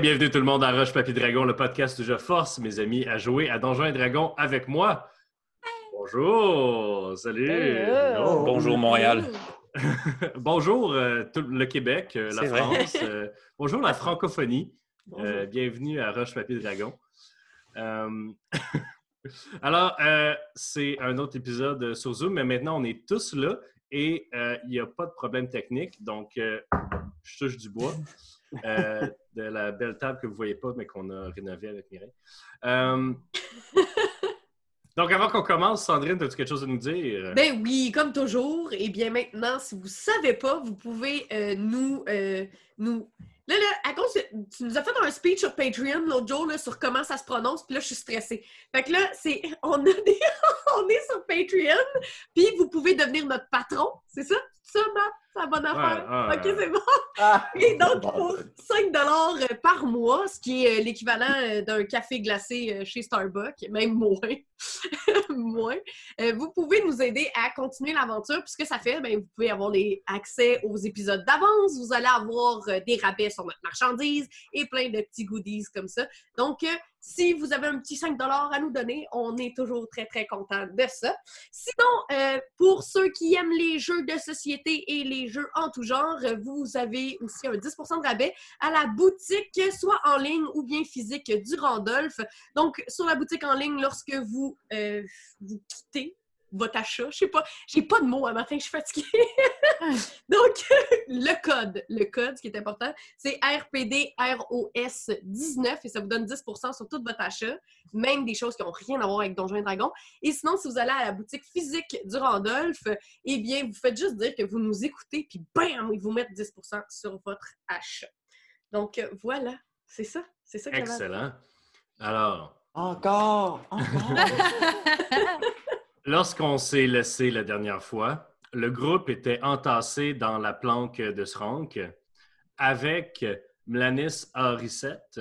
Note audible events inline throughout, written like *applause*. bienvenue tout le monde à Roche Papier Dragon, le podcast où je force mes amis à jouer à Donjons et Dragons avec moi. Bonjour, salut. Hello. Bonjour Montréal. bonjour euh, tout le Québec, euh, la C'est vrai. France. euh, bonjour la francophonie. Bonjour. Euh, bienvenue à Roche Papier Dragon. Euh, *laughs* Alors, euh, c'est un autre épisode sur Zoom, mais maintenant on est tous là et euh, il n'y a pas de problème technique. Donc, euh, je touche du bois *laughs* euh, de la belle table que vous ne voyez pas, mais qu'on a rénovée avec Mireille. *laughs* Euh, donc, avant qu'on commence, Sandrine, as-tu quelque chose à nous dire? Ben oui, comme toujours. Et bien maintenant, si vous ne savez pas, vous pouvez euh, nous, euh, nous. Là, là, à cause de- Tu nous as fait un speech sur Patreon l'autre jour là, sur comment ça se prononce, puis là, je suis stressée. Fait que là, c'est. *laughs* On, a des... on est sur Patreon, puis vous pouvez devenir notre patron. C'est ça? C'est ça, Matt? C'est la bonne affaire? ah, OK, c'est bon. Ah! *laughs* Et donc, pour 5 par mois, ce qui est euh, l'équivalent euh, d'un café glacé euh, chez Starbucks, même moins, *laughs* moins euh, vous pouvez nous aider à continuer l'aventure. Puisque ça fait, ben, vous pouvez avoir les accès aux épisodes d'avance, vous allez avoir euh, des rabais sur notre marchandise et plein de petits goodies comme ça. Donc, euh, si vous avez un petit 5 à nous donner, on est toujours très, très content de ça. Sinon, euh, pour ceux qui aiment les jeux de société et les jeux en tout genre, euh, vous avez aussi un 10 de rabais à la boutique, soit en ligne ou bien physique du Randolph. Donc, sur la boutique en ligne, lorsque vous, euh, vous quittez votre achat, je sais pas, j'ai pas de mots à matin, je suis fatiguée. Donc, *laughs* le code, le code, ce qui est important, c'est RPDROS19 et ça vous donne 10 sur tout votre achat, même des choses qui n'ont rien à voir avec Donjons et Dragons. Et sinon, si vous allez à la boutique physique du Randolph, eh bien, vous faites juste dire que vous nous écoutez, puis bam, ils vous mettent 10 sur votre achat. Donc, euh, voilà, c'est ça. C'est ça que j'avais à Excellent. Alors, Encore! Encore! *laughs* Lorsqu'on s'est laissé la dernière fois, le groupe était entassé dans la planque de Sronk avec Mlanis Harissette,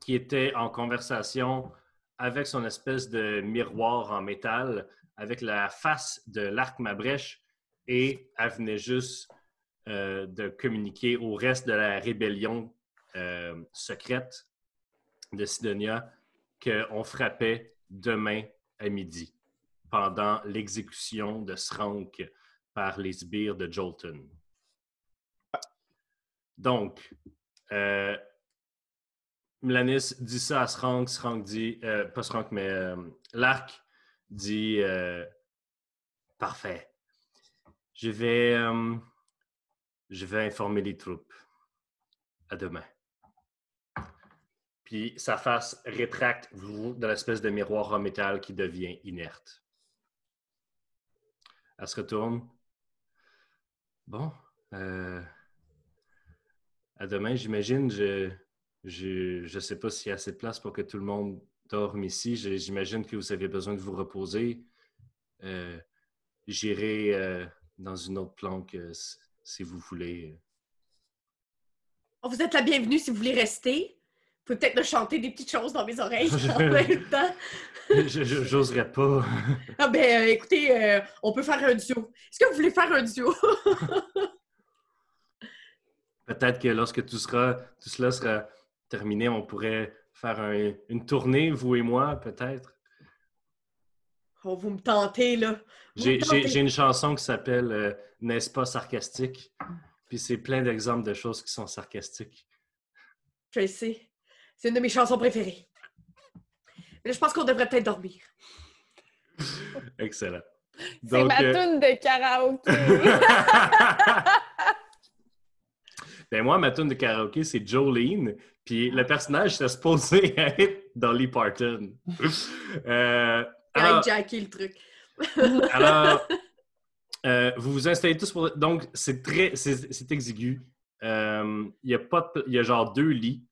qui était en conversation avec son espèce de miroir en métal, avec la face de l'arc Mabrèche, et elle venait juste euh, de communiquer au reste de la rébellion euh, secrète de Sidonia qu'on frappait demain à midi pendant l'exécution de Srank par les sbires de Jolton. Donc, euh, Mlanis dit ça à Srank. Srank dit, euh, pas Srank, mais euh, Lark dit euh, Parfait. Je vais, euh, je vais informer les troupes. À demain. Puis sa face rétracte vrou, dans l'espèce de miroir en métal qui devient inerte. Elle se retourne. Bon. euh, à demain, j'imagine. Je ne je, je sais pas s'il y a assez de place pour que tout le monde dorme ici. Je- J'imagine que vous avez besoin de vous reposer. Euh, J'irai euh, dans une autre planque euh, si- si vous voulez. Oh, Vous êtes la bienvenue si vous voulez rester. Vous pouvez peut-être me chanter des petites choses dans mes *laughs* oreilles en même temps. Je- je- J'oserais pas. Ah ben, euh, écoutez, euh, on peut faire un duo. Est-ce que vous voulez faire un duo? *laughs* Peut-être que lorsque tout, sera, tout cela sera terminé, on pourrait faire un- une tournée, vous et moi, peut-être. Oh, vous me tentez, là. Vous J'ai me tentez. j'ai- j'ai une chanson qui s'appelle euh, N'est-ce pas sarcastique? Puis c'est plein d'exemples de choses qui sont sarcastiques. Je le sais. C'est une de mes chansons préférées. Mais là, je pense qu'on devrait peut-être dormir. Excellent. C'est ma euh, toune de karaoké. *laughs* ben moi, ma tune de karaoké, c'est Jolene. Puis le personnage, c'est supposé *laughs* être Dolly Parton. Euh, Ah. alors- Avec Jackie, le truc. Alors, euh, vous vous installez tous pour. Donc, c'est très. C'est c'est exigu. Euh, Il y a pas de pla- Il y a genre deux lits.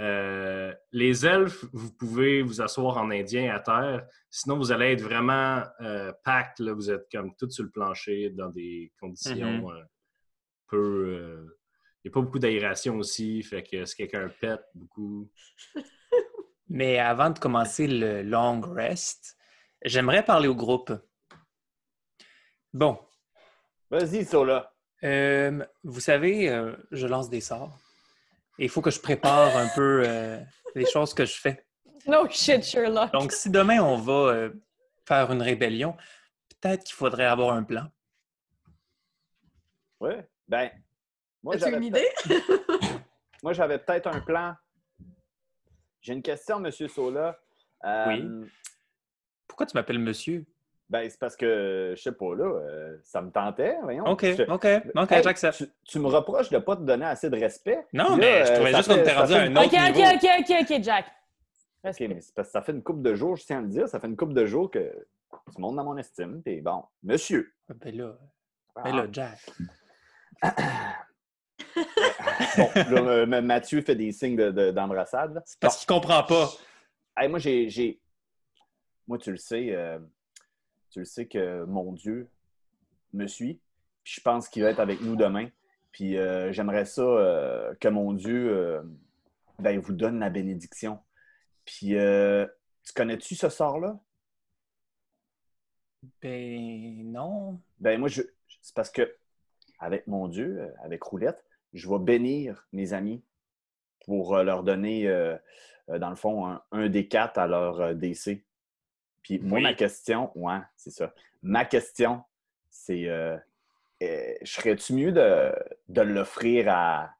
Euh, les elfes, vous pouvez vous asseoir en indien à terre. Sinon, vous allez être vraiment euh, packed. Là. Vous êtes comme tout sur le plancher dans des conditions Mhm. euh, peu. euh, Il n'y a pas beaucoup d'aération aussi. Fait que si quelqu'un pète beaucoup. Mais avant de commencer le long rest, j'aimerais parler au groupe. Bon, Vas-y, Sola. euh, vous savez, euh, je lance des sorts. Il faut que je prépare un peu euh, les choses que je fais. No shit, Sherlock. Donc, si demain on va euh, faire une rébellion, peut-être qu'il faudrait avoir un plan. Oui. Ben, moi, As-tu j'avais une peut- idée? moi, j'avais peut-être un plan. J'ai une question, M. Sola. Euh, Oui. Pourquoi tu m'appelles monsieur? Ben, c'est parce que, je sais pas, là, euh, ça me tentait, voyons. OK, Je- OK, OK, Hey, j'accepte. tu, tu me reproches de pas te donner assez de respect. Non, Là, mais je euh, trouvais ça juste qu'on fait- était ça rendu à fait un OK, OK, autre niveau. OK, OK, OK, Jack. OK, mais c'est parce que ça fait une couple de jours, je tiens à le dire, ça fait une couple de jours que tu montes dans mon estime. Puis bon, monsieur. Ben là, Ah, ben là, Jack. bon, là, euh, M- Mathieu fait des signes de- de- d'embrassade. là. C'est parce qu'il comprend pas. Ah. Hey, moi, j'ai, j'ai- Moi, tu le sais, euh, tu le sais que mon Dieu me suit. Puis je pense qu'il va être avec nous demain. Puis euh, j'aimerais ça euh, que mon Dieu euh, ben, vous donne la bénédiction. Puis euh, tu connais-tu ce sort-là? Ben non. Ben moi, je... c'est parce que avec mon Dieu, euh, avec Roulette, je vais bénir mes amis pour euh, leur donner, euh, euh, dans le fond, un, un des quatre à leur euh, décès. Puis moi, Oui. ma question, ouais, c'est ça. Ma question, c'est euh, euh, serais-tu mieux de, de l'offrir à,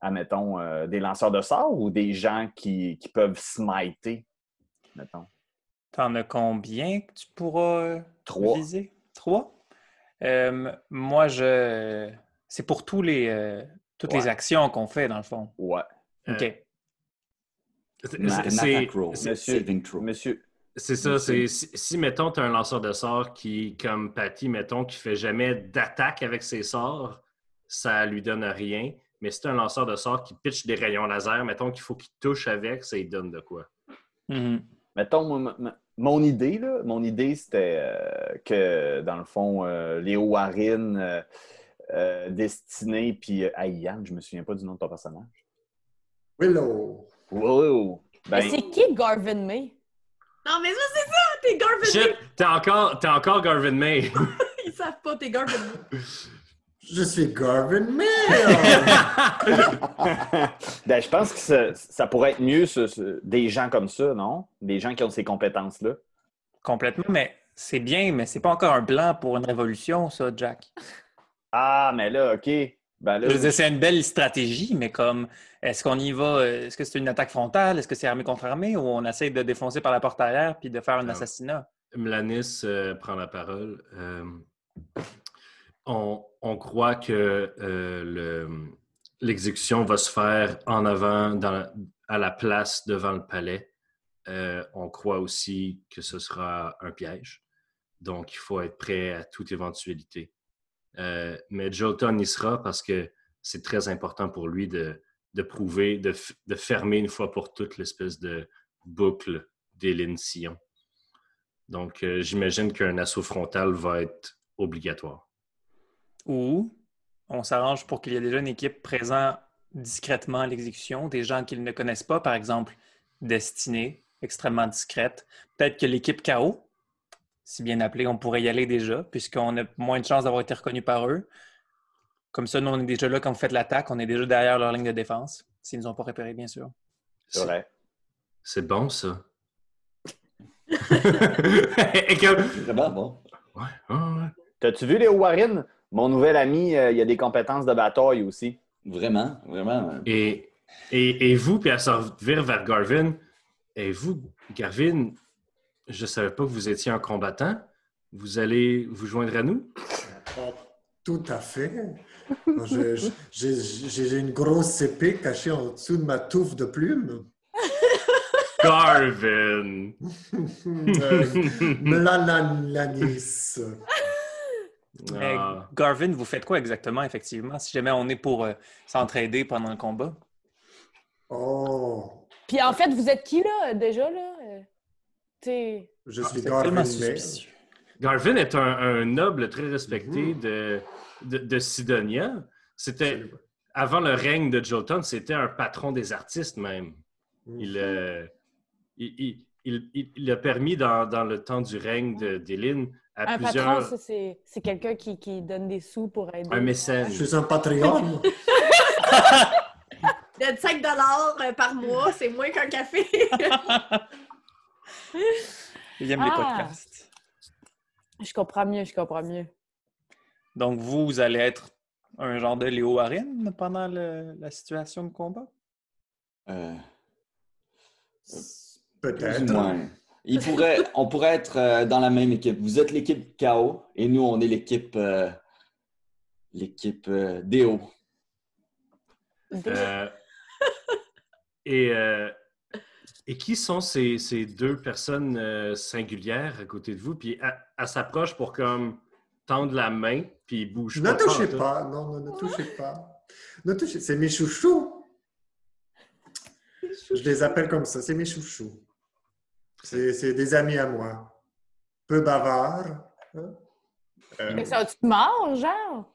à, mettons, euh, des lanceurs de sorts ou des gens qui, qui peuvent smiter, mettons? T'en as combien que tu pourras euh, Trois. viser? Trois? Euh, moi, je. C'est pour tous les, euh, toutes les Ouais. actions qu'on fait, dans le fond. Ouais. Euh, OK. C'est- Na- c'est- Natak roll. c'est- Saving throw. Monsieur, C'est ça, c'est si, si, mettons tu as un lanceur de sorts qui comme Patty mettons qui fait jamais d'attaque avec ses sorts, ça lui donne rien, mais si tu un lanceur de sorts qui pitch des rayons laser, mettons qu'il faut qu'il touche avec, ça lui donne de quoi. Mhm. Mettons, mon- mon- mon idée, là, mon idée, c'était euh, que, dans le fond, euh, Léo Warren, euh, euh, Destiné, puis euh, hey, Yann, je me souviens pas du nom de ton personnage. Willow. Wow! Ben, Mais c'est qui Garvin May? Non, mais ça, c'est ça! T'es Garvin Shit, May! t'es encore, t'es encore Garvin May. Ils savent pas, t'es Garvin May. Je suis *laughs* Garvin Mill. *laughs* ben, je pense que ça, ça pourrait être mieux, ce- ce- des gens comme ça, non? Des gens qui ont ces compétences-là. Complètement, mais c'est bien, mais c'est pas encore un plan pour une révolution, ça, Jack. Ah, mais là, OK. Ben Je là, veux dire, c'est une belle stratégie, mais comme est-ce qu'on y va, euh, est-ce que c'est une attaque frontale, est-ce que c'est armée contre armée, ou on essaie de défoncer par la porte arrière puis de faire Euh. un Ah. assassinat? Melanis euh, prend la parole. Euh, on, on croit que euh, le- l'exécution va se faire en avant, dans la- à la place devant le palais. Euh, on croit aussi que ce sera un piège. Donc, il faut être prêt à toute éventualité. Euh, mais Jolton y sera parce que c'est très important pour lui de, de prouver, de, f- de fermer une fois pour toutes l'espèce de boucle des lignes sillons. Donc, euh, j'imagine qu'un assaut frontal va être obligatoire. Ou on s'arrange pour qu'il y ait déjà une équipe présente discrètement à l'exécution, des gens qu'ils ne connaissent pas, par exemple, destinés, extrêmement discrète. Peut-être que l'équipe KO, si bien appelée, on pourrait y aller déjà, puisqu'on a moins de chances d'avoir été reconnu par eux. Comme ça, nous, on est déjà là quand vous faites l'attaque, on est déjà derrière leur ligne de défense, s'ils ne nous ont pas repérés, bien sûr. c'est vrai. C'est bon, ça. Et comme- C'est vraiment bon. Ouais, ouais, ouais. T'as-tu vu Léo Warren? Mon nouvel ami, euh, il y a des compétences de bataille aussi. Vraiment, vraiment. Et, et, et vous, puis à se revire vers Garvin, et vous, Garvin, je ne savais pas que vous étiez un combattant. Vous allez vous joindre à nous? Oh, Tout à fait. Moi, je- je- J'ai j'ai- j'ai une grosse épée cachée en dessous de ma touffe *laughs* de plumes. Garvin! Euh, Melanis. Mais *laughs* Ah, Garvin, vous faites quoi exactement, effectivement, si jamais on est pour euh, s'entraider pendant le combat? Oh, Puis en fait, vous êtes qui, là, déjà, là? Euh, T'es... je Ah, suis c'est Garvin tellement Mill. suspicieux. Garvin est un, un noble très respecté de, de, de Sidonia. C'était, Absolument. avant le règne de Jolton, c'était un patron des artistes même. Il, euh, il, il- il- il- il a permis dans, dans le temps du règne de- d'Éline à Un plusieurs... patron, ça, c'est, c'est quelqu'un qui, qui donne des sous pour aider. *laughs* un mécène. Je suis un patriote. moi. de 5 euh, par mois, c'est moins qu'un *laughs* café. Il aime les Ah. podcasts. Je comprends mieux, je comprends mieux. Donc, vous, vous allez être un genre de Léo Warren pendant le- la situation de combat? Euh, Euh, Peut-être. plus ou moins. Il pourrait, on pourrait être euh, dans la même équipe. Vous êtes l'équipe KO et nous, on est l'équipe euh, l'équipe euh, DO. Euh, et, euh, et qui sont ces, ces deux personnes euh, singulières à côté de vous? Puis elle, elle s'approche pour comme tendre la main, puis bouge Ne pas. touchez pantoute. pas, non, non, ne touchez pas. Ne touchez, c'est mes chouchous. Je les appelle comme ça, c'est mes chouchous. C'est c'est des amis à moi. Peu bavards. hein. Euh, Mais ça, tu te mords, genre?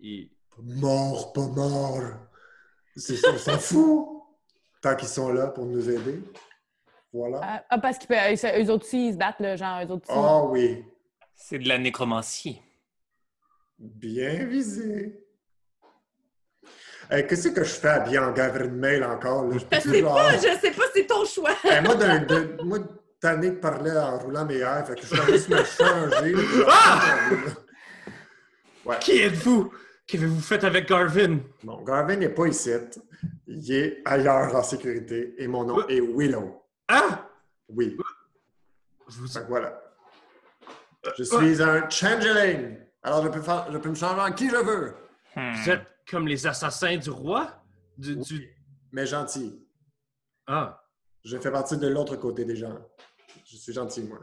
Il- mort, pas mort. C'est ça, on s'en fout. Tant qu'ils sont là pour nous aider. Voilà. Ah, ah, parce qu'eux autres aussi, ils se battent, là, genre, eux autres aussi. Oh. Ah oui, C'est de la nécromancie. bien visé. Euh, Qu'est-ce que je fais à bien en Mail encore? Là? Je peux Je plus, sais genre- pas, je sais pas, c'est ton choix. Eh, moi, d'un, de, moi, tanné de parler en roulant mes airs, fait que je vais juste me changer. Qui êtes-vous? Qu'avez-vous fait avec Garvin? Bon, Garvin n'est pas ici. Il est ailleurs en sécurité. Et mon nom est Willow. Ah! Oui. Vous- Fait que voilà. Je suis un changeling. Alors, je peux, faire- je peux me changer en qui je veux. Hmm. Vous êtes comme les assassins du roi? Du, du- Mais gentil. Ah, Je fais partie de l'autre côté des gens. Je suis gentil, moi.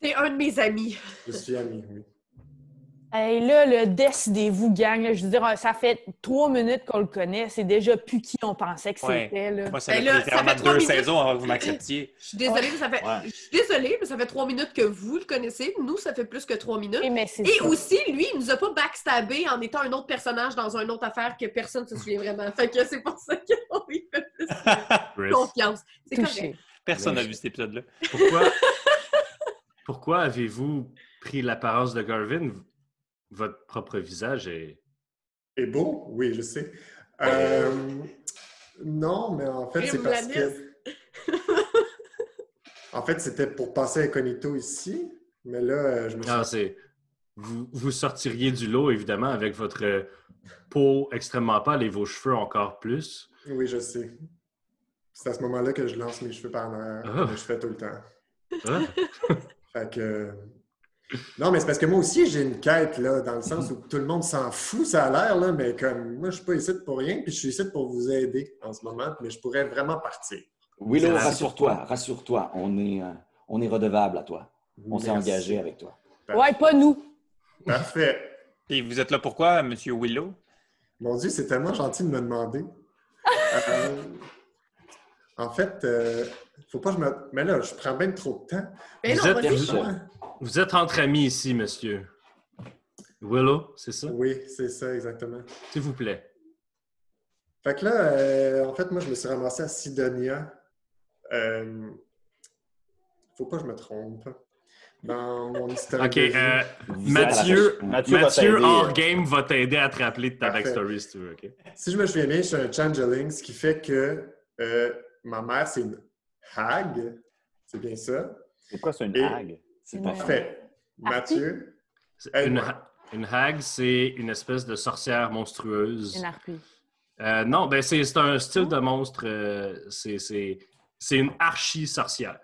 T'es un de mes amis. Je suis ami, oui. Hey, là, le décidez-vous, gang. là. je veux dire, ah, ça fait trois minutes qu'on le connaît. C'est déjà plus qui on pensait que Ouais. c'était, là. Moi, ça Ben m'a là, pris ça fait littéralement trois deux minutes. saisons avant que vous m'acceptiez. Je suis désolée, mais ça fait. Ouais. Je suis désolée, mais ça fait trois minutes que vous le connaissez. Nous, ça fait plus que trois minutes. Oui, mais c'est Et ça. aussi, lui, il nous a pas backstabé en étant un autre personnage dans une autre affaire que personne ne se souvient vraiment. Fait que c'est pour ça qu'on lui fait Chris. confiance. C'est correct. touché. Personne n'a Ben, Mais- vu cet épisode-là. Pourquoi, pourquoi avez-vous pris l'apparence de Garvin? Votre propre visage est... Et beau, oui, je sais. Euh, non, mais en fait, Et c'est vous parce l'avez- que. *laughs* En fait, c'était pour passer incognito ici, mais là, euh, je me suis. Ah, c'est... Vous, vous sortiriez du lot, évidemment, avec votre euh, peau extrêmement pâle et vos cheveux encore plus. Oui, je sais. C'est à ce moment-là que je lance mes cheveux par en arrière, Ah. comme je fais tout le temps. Ah, Fait que. Non, mais c'est parce que moi aussi, j'ai une quête, là, dans le sens où tout le monde s'en fout, ça a l'air, là, mais comme moi, je suis pas ici pour rien, puis je suis ici pour vous aider en ce moment, mais je pourrais vraiment partir. Willow, C'est- rassure-toi, rassure-toi. On est, euh, on est redevable à toi. On s'est Merci. engagé avec toi. Ouais, pas nous. Parfait. Et vous êtes là pourquoi, Monsieur Willow? Mon Dieu, c'est tellement gentil de me demander. Euh, en fait, euh, faut pas que je me. Mais là, je prends bien trop de temps. Mais Vous Ben non, êtes- vas-y. vous- Vous êtes entre amis ici, monsieur. Willow, c'est ça? Oui, c'est ça, exactement. S'il vous plaît. Fait que là, euh, en fait, moi, je me suis ramassé à Sidonia. Euh, faut pas que je me trompe dans mon histoire. OK, euh, Vous êtes à la Mathieu, recherche- Mathieu, va Mathieu t'aider. hors game va t'aider à te rappeler de ta Parfait. backstory, si tu veux. OK? Si je me souviens bien, je suis un changeling, ce qui fait que euh, ma mère, c'est une hag. C'est bien ça. C'est quoi, c'est une Et- hague? C'est Ouais. pas grave. Fait. Mathieu, C'est- Hey, Une, moi. ha- une hag, c'est une espèce de sorcière monstrueuse. NRP. Euh, non, ben c'est c'est un style de monstre. euh, c'est- c'est c'est une archi-sorcière.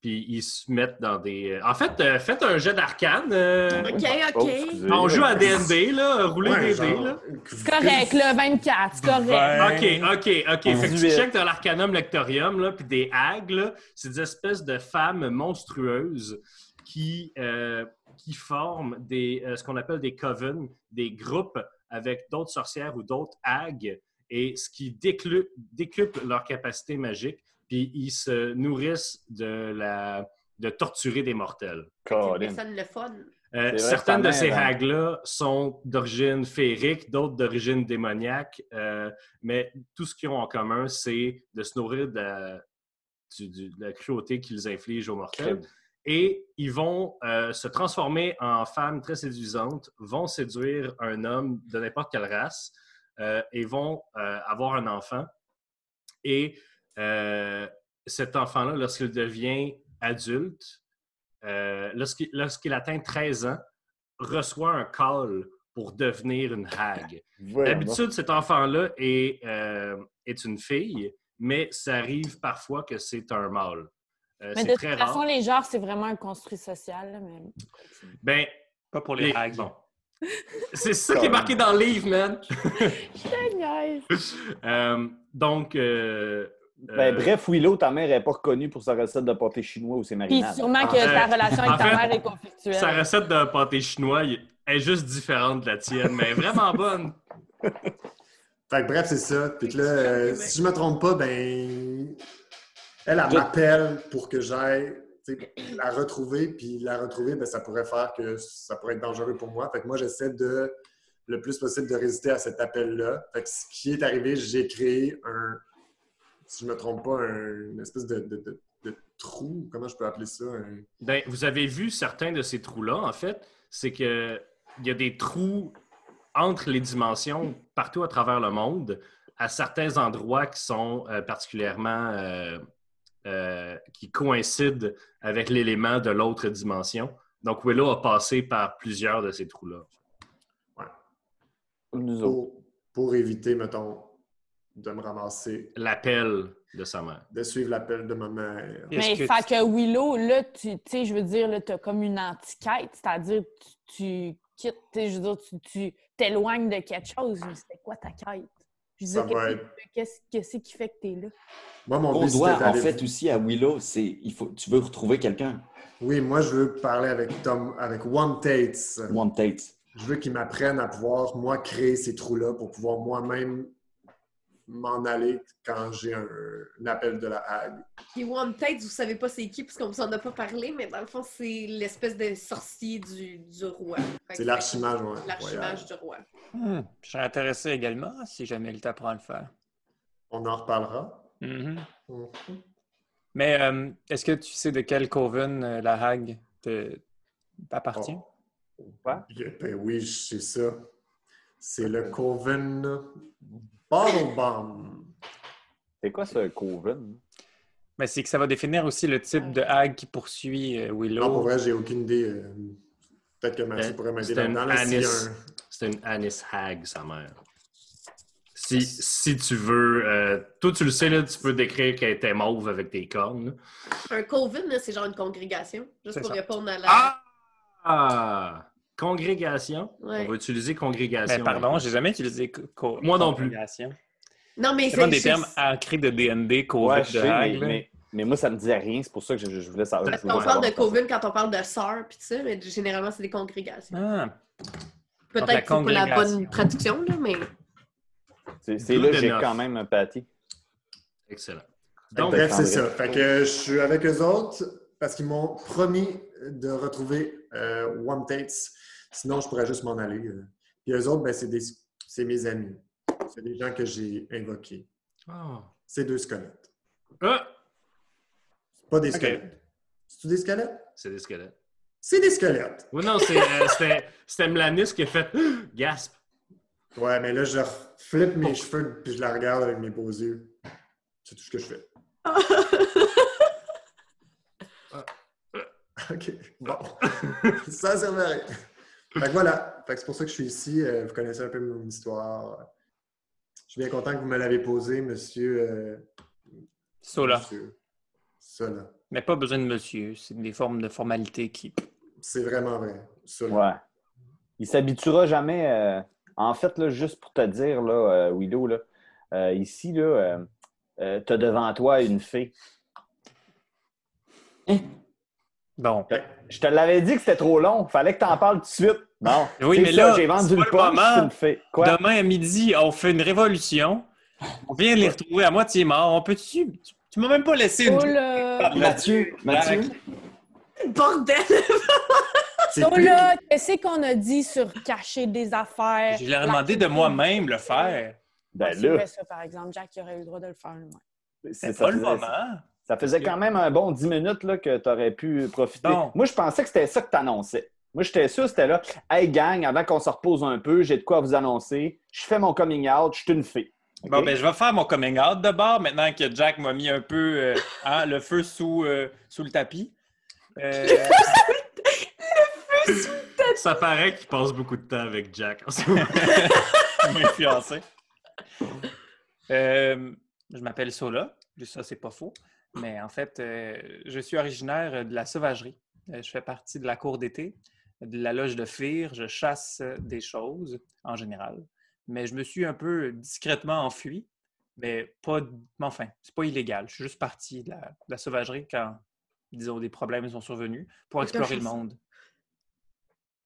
Puis ils se mettent dans des. En fait, euh, faites un jet d'arcane. euh, Ok, Oh, ok. excusez. on joue à DND, là, roulez Ouais, des dés. genre, Là. C'est correct, là, 24, c'est correct. OK, OK, OK. Fait que tu 18. checkes dans l'Arcanum Lectorium, là, puis des hags, là, c'est des espèces de femmes monstrueuses qui, euh, qui forment des, euh, ce qu'on appelle des covens, des groupes avec d'autres sorcières ou d'autres hags, et ce qui déclu- décuple leur capacité magique, puis ils se nourrissent de, la, de torturer des mortels. Colin. Personne le fun. Euh, C'est vrai, certaines ta de ces mère, hein. hags-là sont d'origine féerique, d'autres d'origine démoniaque, euh, mais tout ce qu'ils ont en commun, c'est de se nourrir de la, du- du- de la cruauté qu'ils infligent aux mortels. Et ils vont euh, se transformer en femmes très séduisantes, vont séduire un homme de n'importe quelle race euh, et vont euh, avoir un enfant. Et euh, cet enfant-là, lorsqu'il devient adulte, euh, lorsqu'il lorsqu'il atteint 13 ans, reçoit un call pour devenir une hag. Voyons donc. D'habitude, cet enfant-là est, euh, est une fille, mais ça arrive parfois que c'est un mâle. Euh, Mais c'est de très toute façon, rare. les genres, c'est vraiment un construit social. là, mais- Ben, Pas pour les les- hags. bon. C'est ça qui est marqué dans le livre, man! Euh, donc, euh, Ben, euh, bref, Willow, ta mère n'est pas reconnue pour sa recette de pâté chinois ou ses Puis marinades. sûrement que Ah, ta ouais. relation En avec fait, ta mère est conflictuelle. sa recette d'un pâté chinois il- est juste différente de la tienne, mais vraiment bonne. Fait que bref, c'est ça. Puis que là, euh, si je me trompe pas, ben. Elle, elle Je- m'appelle pour que j'aille tu sais, la retrouver. Puis la retrouver, ben, ça pourrait faire que ça pourrait être dangereux pour moi. Fait que moi, j'essaie de le plus possible de résister à cet appel-là. Fait que ce qui est arrivé, j'ai créé un. Si je me trompe pas, un- une espèce de, de- de- de trou. Comment je peux appeler ça? Un- Ben, vous avez vu certains de ces trous-là, en fait, c'est que il y a des trous entre les dimensions partout à travers le monde, à certains endroits qui sont euh, particulièrement euh, euh, qui coïncident avec l'élément de l'autre dimension. Donc Willow a passé par plusieurs de ces trous-là. Comme nous autres. Pour, pour éviter, mettons, de me ramasser, L'appel de sa mère. de suivre l'appel de ma mère. Mais Est-ce que fait que Willow, là, tu tu sais, je veux dire, là, t'as comme une antiquette, c'est-à-dire tu, tu quittes, tu sais, je veux dire, tu- tu t'éloignes de quelque chose. Mais C'était quoi ta quête? Je veux Ça dire, va qu'est-ce être. que- qu'est-ce qu'est-ce qui fait que t'es là? Moi, mon On but, doit c'était en d'aller- fait aussi à Willow, c'est il faut tu veux retrouver quelqu'un. Oui, moi, je veux parler avec Tom, avec One Tates. One Tate. Je veux qu'il m'apprenne à pouvoir, moi, créer ces trous-là pour pouvoir moi-même m'en aller quand j'ai un, un appel de la hague. Puis One Tate, vous savez pas c'est qui, parce qu'on vous en a pas parlé, mais dans le fond, c'est l'espèce de sorcier du, du roi. Fait que C'est l'archimage, ouais. L'archimage Ouais. du roi. Hmm, Je serais intéressé également si jamais il t'apprend à le faire. On en reparlera. Mm-hmm. Mhm. Mhm. Mais euh, est-ce que tu sais de quel coven euh, la Hague te appartient? Oh. Oh, Yeah, Ben oui, c'est ça. C'est le Coven Bottlebomb. C'est quoi ce coven? Mais c'est que ça va définir aussi le type de Hague qui poursuit Ah, euh, Non, pour Willow. vrai, j'ai aucune idée. euh, Peut-être que Mathieu Ben, pourrait m'aider c'est un là-dedans. là, s'il y a anis. un- C'était une Anis Hag, sa mère. Si, si tu veux, euh, toi tu le sais, là, tu peux décrire qu'elle était mauve avec tes cornes. là. Un coven, là, c'est genre une congrégation, juste C'est pour ça. répondre à la... Ah! Ah! Congrégation. Ouais. On va utiliser congrégation. Mais Ben, pardon, j'ai jamais utilisé co- co- Moi non plus. congrégation. Non, mais C'est vraiment c'est... des c'est- termes ancrés de D&D, coven Ouais, je de sais, mais, Hague. là. mais, mais moi, ça me disait rien. C'est pour ça que je, je voulais ça- je voulais Parce savoir. qu'on parle de coven quand on parle de sœur, puis tout ça, mais généralement, c'est des congrégations. Ah, Donc, la Peut-être que c'est pas la bonne congrégation. traduction, là, mais... C'est c'est Good logique enough. quand même, Patty. Excellent. Donc, Donc, bref, c'est André. ça. Fait que euh, je suis avec eux autres parce qu'ils m'ont promis de retrouver euh, One Tates. Sinon, je pourrais juste m'en aller. euh. Puis eux autres, ben, c'est des- c'est mes amis. C'est des gens que j'ai invoqués. Oh. C'est deux squelettes. Ah! Pas des squelettes. C'est-tu des squelettes? c'est des squelettes. C'est des squelettes. Oui, non, c'est, euh, c'était, c'était Melanis qui a fait *gasps* gasp. Ouais, mais là, je leur flippe mes cheveux puis je la regarde avec mes beaux yeux. C'est tout ce que je fais. OK. Bon. *laughs* ça ne servait à rien. Fait que voilà. Fait que c'est pour ça que je suis ici. Euh, Vous connaissez un peu mon histoire. Je suis bien content que vous me l'avez posé, monsieur. euh, Sola. monsieur Sola. Mais pas besoin de monsieur. C'est des formes de formalité qui... C'est vraiment vrai. Sola. Ouais. Il s'habituera jamais. euh, En fait, là, juste pour te dire, là, euh, Willow, là, euh, ici, là, euh, euh, t'as devant toi une fée. Bon. Je te l'avais dit que c'était trop long. Fallait que t'en parles tout de suite. Non. Oui, C'est mais ça, là, j'ai c'est vendu pas le le punch, moment. c'est une fée. Quoi? Demain à midi, on fait une révolution. On vient les retrouver à moitié morts. On peut-tu... Tu, tu m'as même pas laissé une... Oh là! Mathieu, Mathieu, Bordel! C'est Oh plus- là! Qu'est-ce qu'on a dit sur cacher des affaires? Je leur ai demandé de moi-même le faire. Ah, Ben c'est vrai, là, ça, par exemple. Jack, il aurait eu le droit de le faire lui-même. c'est C'est ça pas le faisait- moment. Ça faisait quand même un bon 10 minutes là, que tu aurais pu profiter. Non. Moi, je pensais que c'était ça que tu annonçais. Moi, j'étais sûr, c'était là. Hey, gang, avant qu'on se repose un peu, j'ai de quoi vous annoncer. Je fais mon coming out, je suis une fée. OK? Bon, ben, je vais faire mon coming out de bord maintenant que Jack m'a mis un peu euh, hein, le feu sous, euh, sous le tapis. Euh, Ça paraît qu'il passe beaucoup de temps avec Jack. en ce moment. *laughs* Il m'a influencé. Euh, je m'appelle Sola. Ça, c'est pas faux. Mais en fait, euh, je suis originaire de la sauvagerie. Euh, je fais partie de la cour d'été, de la loge de Fire. Je chasse des choses, en général. Mais je me suis un peu discrètement enfui. Mais pas... mais Enfin, c'est pas illégal. Je suis juste parti de la, de la sauvagerie quand, disons, des problèmes sont survenus pour Et t'as explorer le chassé. monde.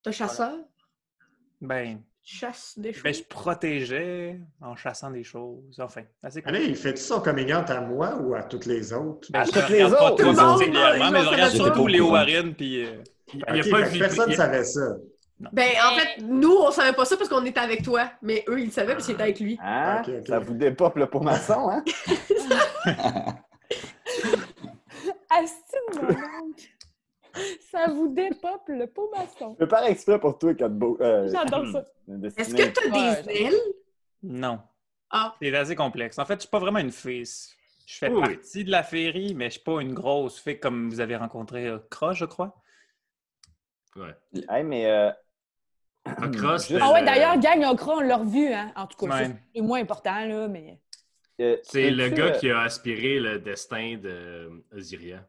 T'es un chasseur? Ben, Tu chasses des choses? ben, je protégeais en chassant des choses. Enfin, assez Allez, il fait ça comme coming out à moi ou à toutes les autres? Ben, À je toutes te les regarde pas autres, trop tout le particulièrement, monde, là, mais ils je ont regarde fait la surtout chose. les Warren, puis... euh, Il n'y a Ok, pas fait de que vie personne ne privée. savait ça. Ben, en Mais- fait, nous, on savait pas ça parce qu'on était avec toi, mais eux, ils le savaient parce qu'ils étaient avec lui. Hein? Ok, ok. Ça vous dépope le maçon, hein? Asti, mon *laughs* oncle! Ça vous dépope le pot maçon. Je peux pas exprès pour toi, Catbo. Euh, J'adore ça. Est-ce que t'as Ouais, des j'avoue. ailes? Non. Ah. C'est assez complexe. En fait, je suis pas vraiment une fée. Je fais Oui, oui. partie de la féerie, mais je suis pas une grosse fée comme vous avez rencontré euh, Cro, je crois. Hey, mais euh, Okra, c'était Ah ouais, le- d'ailleurs, gang Okra, on l'a revu, hein? En tout cas, ben, euh, Ouais. ça, c'est le moins important, là, mais... euh, C'est peux-tu, le gars euh, qui a aspiré le destin de euh, Osiria.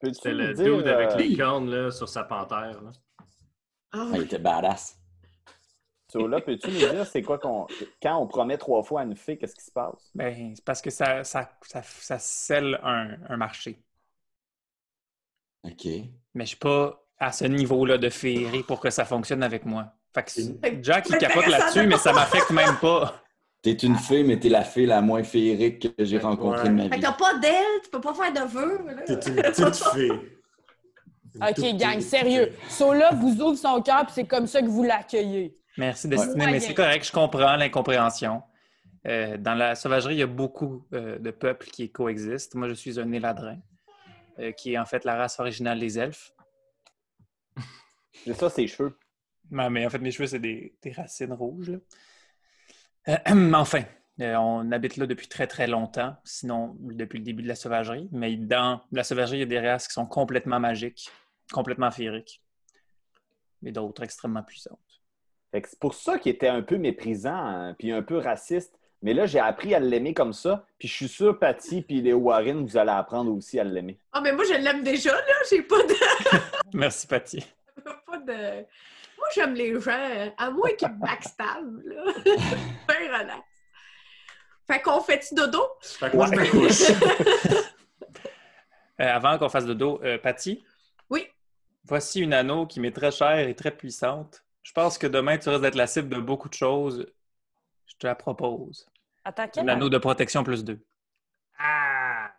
peux-tu C'était me le dire, dude avec euh, les cornes là, sur sa panthère. là. Ah Ah, il oui. était badass. Sola, peux-tu nous dire c'est quoi qu'on. Quand on promet trois fois à une fille, qu'est-ce qui se passe? Ben, c'est parce que ça, ça, ça, ça scelle un, un marché. OK. Mais je suis pas à ce niveau-là de féerie pour que ça fonctionne avec moi. Fait que c'est- Fait que Jack, il c'est capote intéressant, là-dessus, mais ça m'affecte même *laughs* pas. T'es une fille, mais t'es la fille la moins féerique que j'ai rencontrée de ma Fait que vie. t'as pas d'ailes, tu peux pas faire de vœux. là. T'es une petite *laughs* fée. Une toute OK, gang, petite sérieux. fée. Sola vous ouvre son cœur, puis c'est comme ça que vous l'accueillez. Merci, Destiné, Ouais. mais c'est correct, je comprends l'incompréhension. Euh, dans la sauvagerie, il y a beaucoup euh, de peuples qui coexistent. Moi, je suis un éladrin, euh, qui est en fait la race originale des elfes. J'ai ça, ses cheveux. Non, mais en fait, mes cheveux, c'est des, des racines rouges. là. Euh, *clears throat* enfin, euh, on habite là depuis très, très longtemps, sinon depuis le début de la sauvagerie. Mais dans la sauvagerie, il y a des races qui sont complètement magiques, complètement féeriques, mais d'autres extrêmement puissantes. Fait que c'est pour ça qu'il était un peu méprisant, hein, puis un peu raciste. Mais là, j'ai appris à l'aimer comme ça. Puis je suis sûr, Patty, puis les Warren, vous allez apprendre aussi à l'aimer. Ah, mais moi, je l'aime déjà, là. J'ai pas de... *laughs* Merci, Patty. pas de... Moi, j'aime les gens, euh, à moins qu'ils me backstabent, là. *laughs* Ben, relax. Fait qu'on fait-tu dodo? Fait que moi, je *laughs* me couche. Euh, avant qu'on fasse dodo, euh, Patty? Oui. Voici une anneau qui m'est très chère et très puissante. Je pense que demain, tu risques d'être la cible de beaucoup de choses. Je te la propose. Attends, Un quel anneau de protection plus deux. Ah!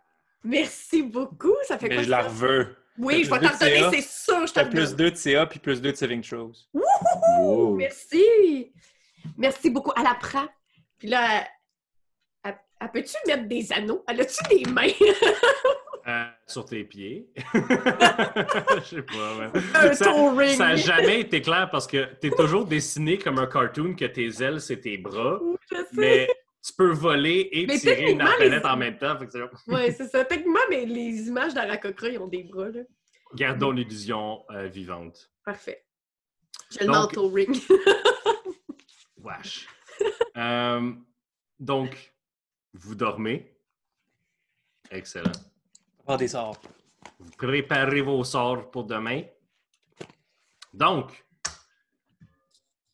Merci beaucoup. Ça fait quoi, Mais je ça? la veux. Oui, je vais Plus t'en donner, CA. c'est sûr, je Je t'en fais plus donne. deux de CA puis plus deux de saving throws. Wow. Merci. Merci beaucoup. Elle apprend. Puis là, elle, elle peut-tu mettre des anneaux? Elle a-tu des mains? *laughs* Euh, sur tes pieds. *laughs* Je sais pas. mais- Ça- toe ring. Ça n'a jamais été clair parce que tu es toujours dessiné comme un cartoon que tes ailes, c'est tes bras, Je sais. mais tu peux voler et Mais tirer une techniquement, arbalète les- en même temps. Fait que c'est genre, Ouais, c'est ça. Techniquement, mais les images d'Arakocra, ils ont des bras, là. gardons l'illusion euh, vivante. Parfait. Je le Donc- mets en toe ring. *laughs* Wesh. Euh, donc, vous dormez. Excellent. Oh, des sorts. Vous préparez vos sorts pour demain. Donc,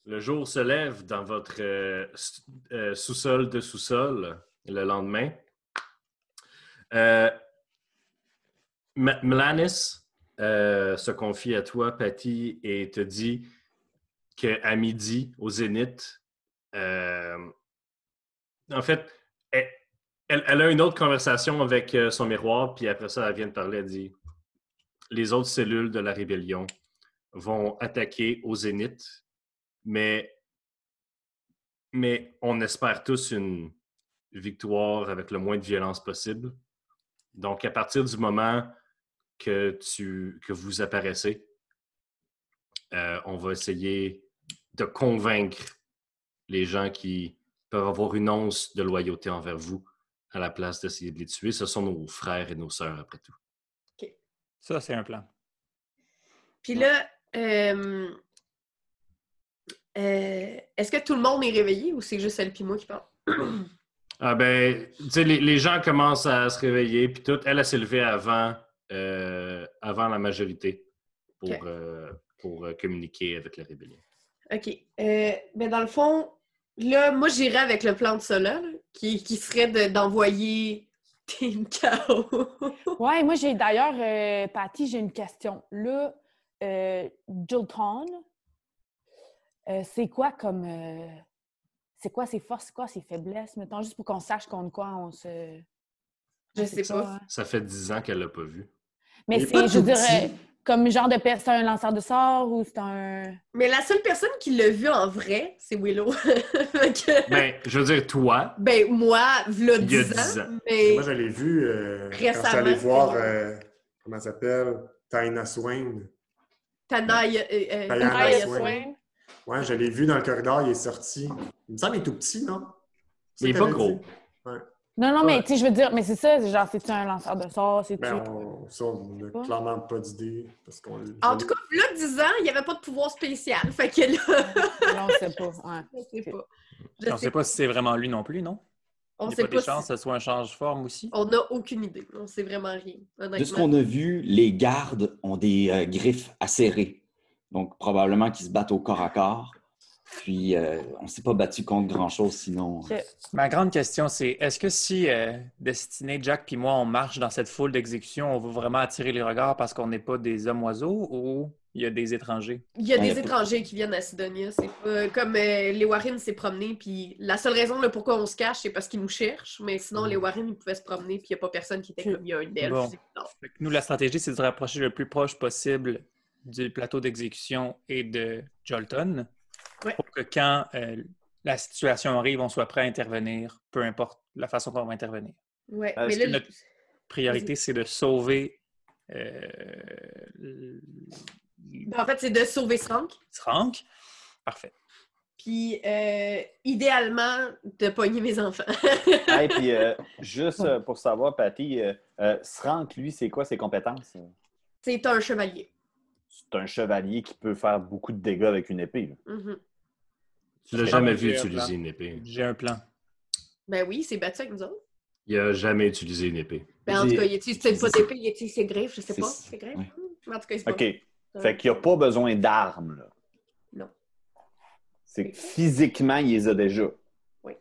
le jour se lève dans votre euh, s- euh, sous-sol de sous-sol le lendemain. Euh, M- Melanis euh, se confie à toi, Patty, et te dit qu'à midi, au zénith, euh, en fait, elle, elle- elle a une autre conversation avec euh, son miroir, puis après ça, elle vient de parler, elle dit Les autres cellules de la rébellion vont attaquer au zénith, mais, mais on espère tous une victoire avec le moins de violence possible. Donc, à partir du moment que, tu, que vous apparaissez, euh, on va essayer de convaincre les gens qui peuvent avoir une once de loyauté envers vous à la place d'essayer de les tuer. Ce sont nos frères et nos sœurs, après tout. Ça, c'est un plan. Puis là, euh, euh, est-ce que tout le monde est réveillé ou c'est juste elle puis moi qui parle? Ah ben, tu sais, les, les gens commencent à se réveiller, puis tout. Elle, elle s'est levée avant, euh, avant la majorité pour, Ok. euh, pour euh, communiquer avec la rébellion. OK. Euh, mais dans le fond, là, moi, j'irais avec le plan de Sola, là, qui, qui serait de- d'envoyer *laughs* Team KO. Ouais, moi j'ai d'ailleurs, euh, Patty, j'ai une question. Là, euh, Jolton, euh, c'est quoi comme. euh, c'est quoi ses forces, c'est quoi ses faiblesses? Mettons juste pour qu'on sache contre quoi on se. Je on sais sait pas. hein. Ça fait dix ans qu'elle l'a pas vu. Mais Il est c'est, pas je tout dirais, petit. comme genre de personne, c'est un lanceur de sort ou c'est un. Mais la seule personne qui l'a vu en vrai, c'est Willow. *laughs* Fait que- Ben, je veux dire, toi, ben, moi, v'là Il y a 10 10 ans, ans. mais Moi, je l'ai vu euh, quand je suis Récemment, allé voir, c'est- euh, comment elle s'appelle, Taina Swain. Tanaya... euh, euh, Tanaya Ah, Tanaya Swain. Swain. Ouais, je l'ai vu dans le corridor, il est sorti. Il me semble qu'il est tout petit, non? C'est il ça est pas que t'avais gros. dit? Non, non, mais Ouais. tu sais, je veux dire, mais c'est ça, c'est genre, c'est-tu un lanceur de sort? C'est-tu. Ben, on, ça, on n'a Pas. clairement pas d'idée. Parce qu'on En tout cas, v'là 10 ans, il n'y avait pas de pouvoir spécial. Fait que là, Non, on sait pas. ouais. *laughs* je sais pas. Je On ne sais sait pas si c'est vraiment lui non plus, non? On Il y a sait pas des pas. chances si- que ce soit un change-forme aussi. On n'a aucune idée. On sait vraiment rien. De ce honnêtement. qu'on a vu, les gardes ont des euh, griffes acérées. Donc, probablement qu'ils se battent au corps à corps. Puis, euh, on ne s'est pas battu contre grand-chose sinon. euh, Ok. Ma grande question, c'est est-ce que si euh, Destiné, Jack puis moi, on marche dans cette foule d'exécution, on va vraiment attirer les regards parce qu'on n'est pas des hommes oiseaux ou il y a des étrangers? Il y a Ouais, y a des pas- étrangers qui viennent à Sidonia. C'est pas comme euh, les Warren s'est promené, puis la seule raison là, pourquoi on se cache, c'est parce qu'ils nous cherchent. Mais sinon, les Warren, ils pouvaient se promener, puis il n'y a pas personne qui était Ok. comme il y a un elfe. Bon. c'est bizarre. Fait que nous, la stratégie, c'est de se rapprocher le plus proche possible du plateau d'exécution et de Jolton Ouais. pour que quand euh, la situation arrive, on soit prêt à intervenir, peu importe la façon qu'on va intervenir. Ouais, Euh, mais est-ce là, que notre- Priorité, c'est de sauver euh, le- ben, en fait, c'est de sauver Frank, Frank. Parfait. puis euh, idéalement, de pogner mes enfants. *laughs* Hey, puis, euh, juste euh, pour savoir, Patty, euh, euh, Srank, lui, c'est quoi ses compétences? c'est un chevalier. C'est un chevalier qui peut faire beaucoup de dégâts avec une épée. là. Mhm. Tu l'as C'est jamais un vu meilleur utiliser plan. une épée. J'ai un plan. Ben oui, c'est battu avec nous autres. Il a jamais utilisé une épée. Ben, en tout J'ai- cas, il utilise peut-être pas d'épée, il utilise ses griffes, je sais C'est- pas. Ses griffes? ouais. Mais en tout cas, il se OK. bat. Fait qu'il n'y a pas besoin d'armes, là. Non. C'est que physiquement, il les a déjà. Oui.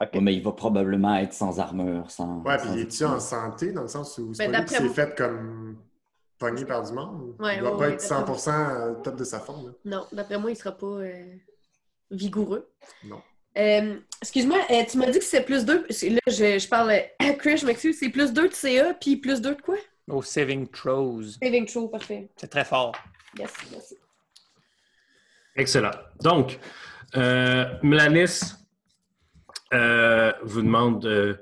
OK. Ouais, mais il va probablement être sans armure, sans. Ouais, sans- puis il est-tu en santé dans le sens où c'est Ben, pas lui qui d'après s'est moi- fait comme pogné par du monde? Ouais, il doit ouais, pas ouais, être d'après moi. 100% au top de sa forme. là. Non, d'après moi, il sera pas euh, vigoureux. Non. Euh, Excuse-moi, euh, tu m'as dit que c'est plus 2. Là, je, je parle *coughs* à Chris, je m'excuse. C'est plus 2 de CA, puis plus 2 de quoi? Au saving throws. Saving throw, parfait. C'est très fort. Yes, merci. Excellent. Donc, euh, Melanis euh, vous demande euh,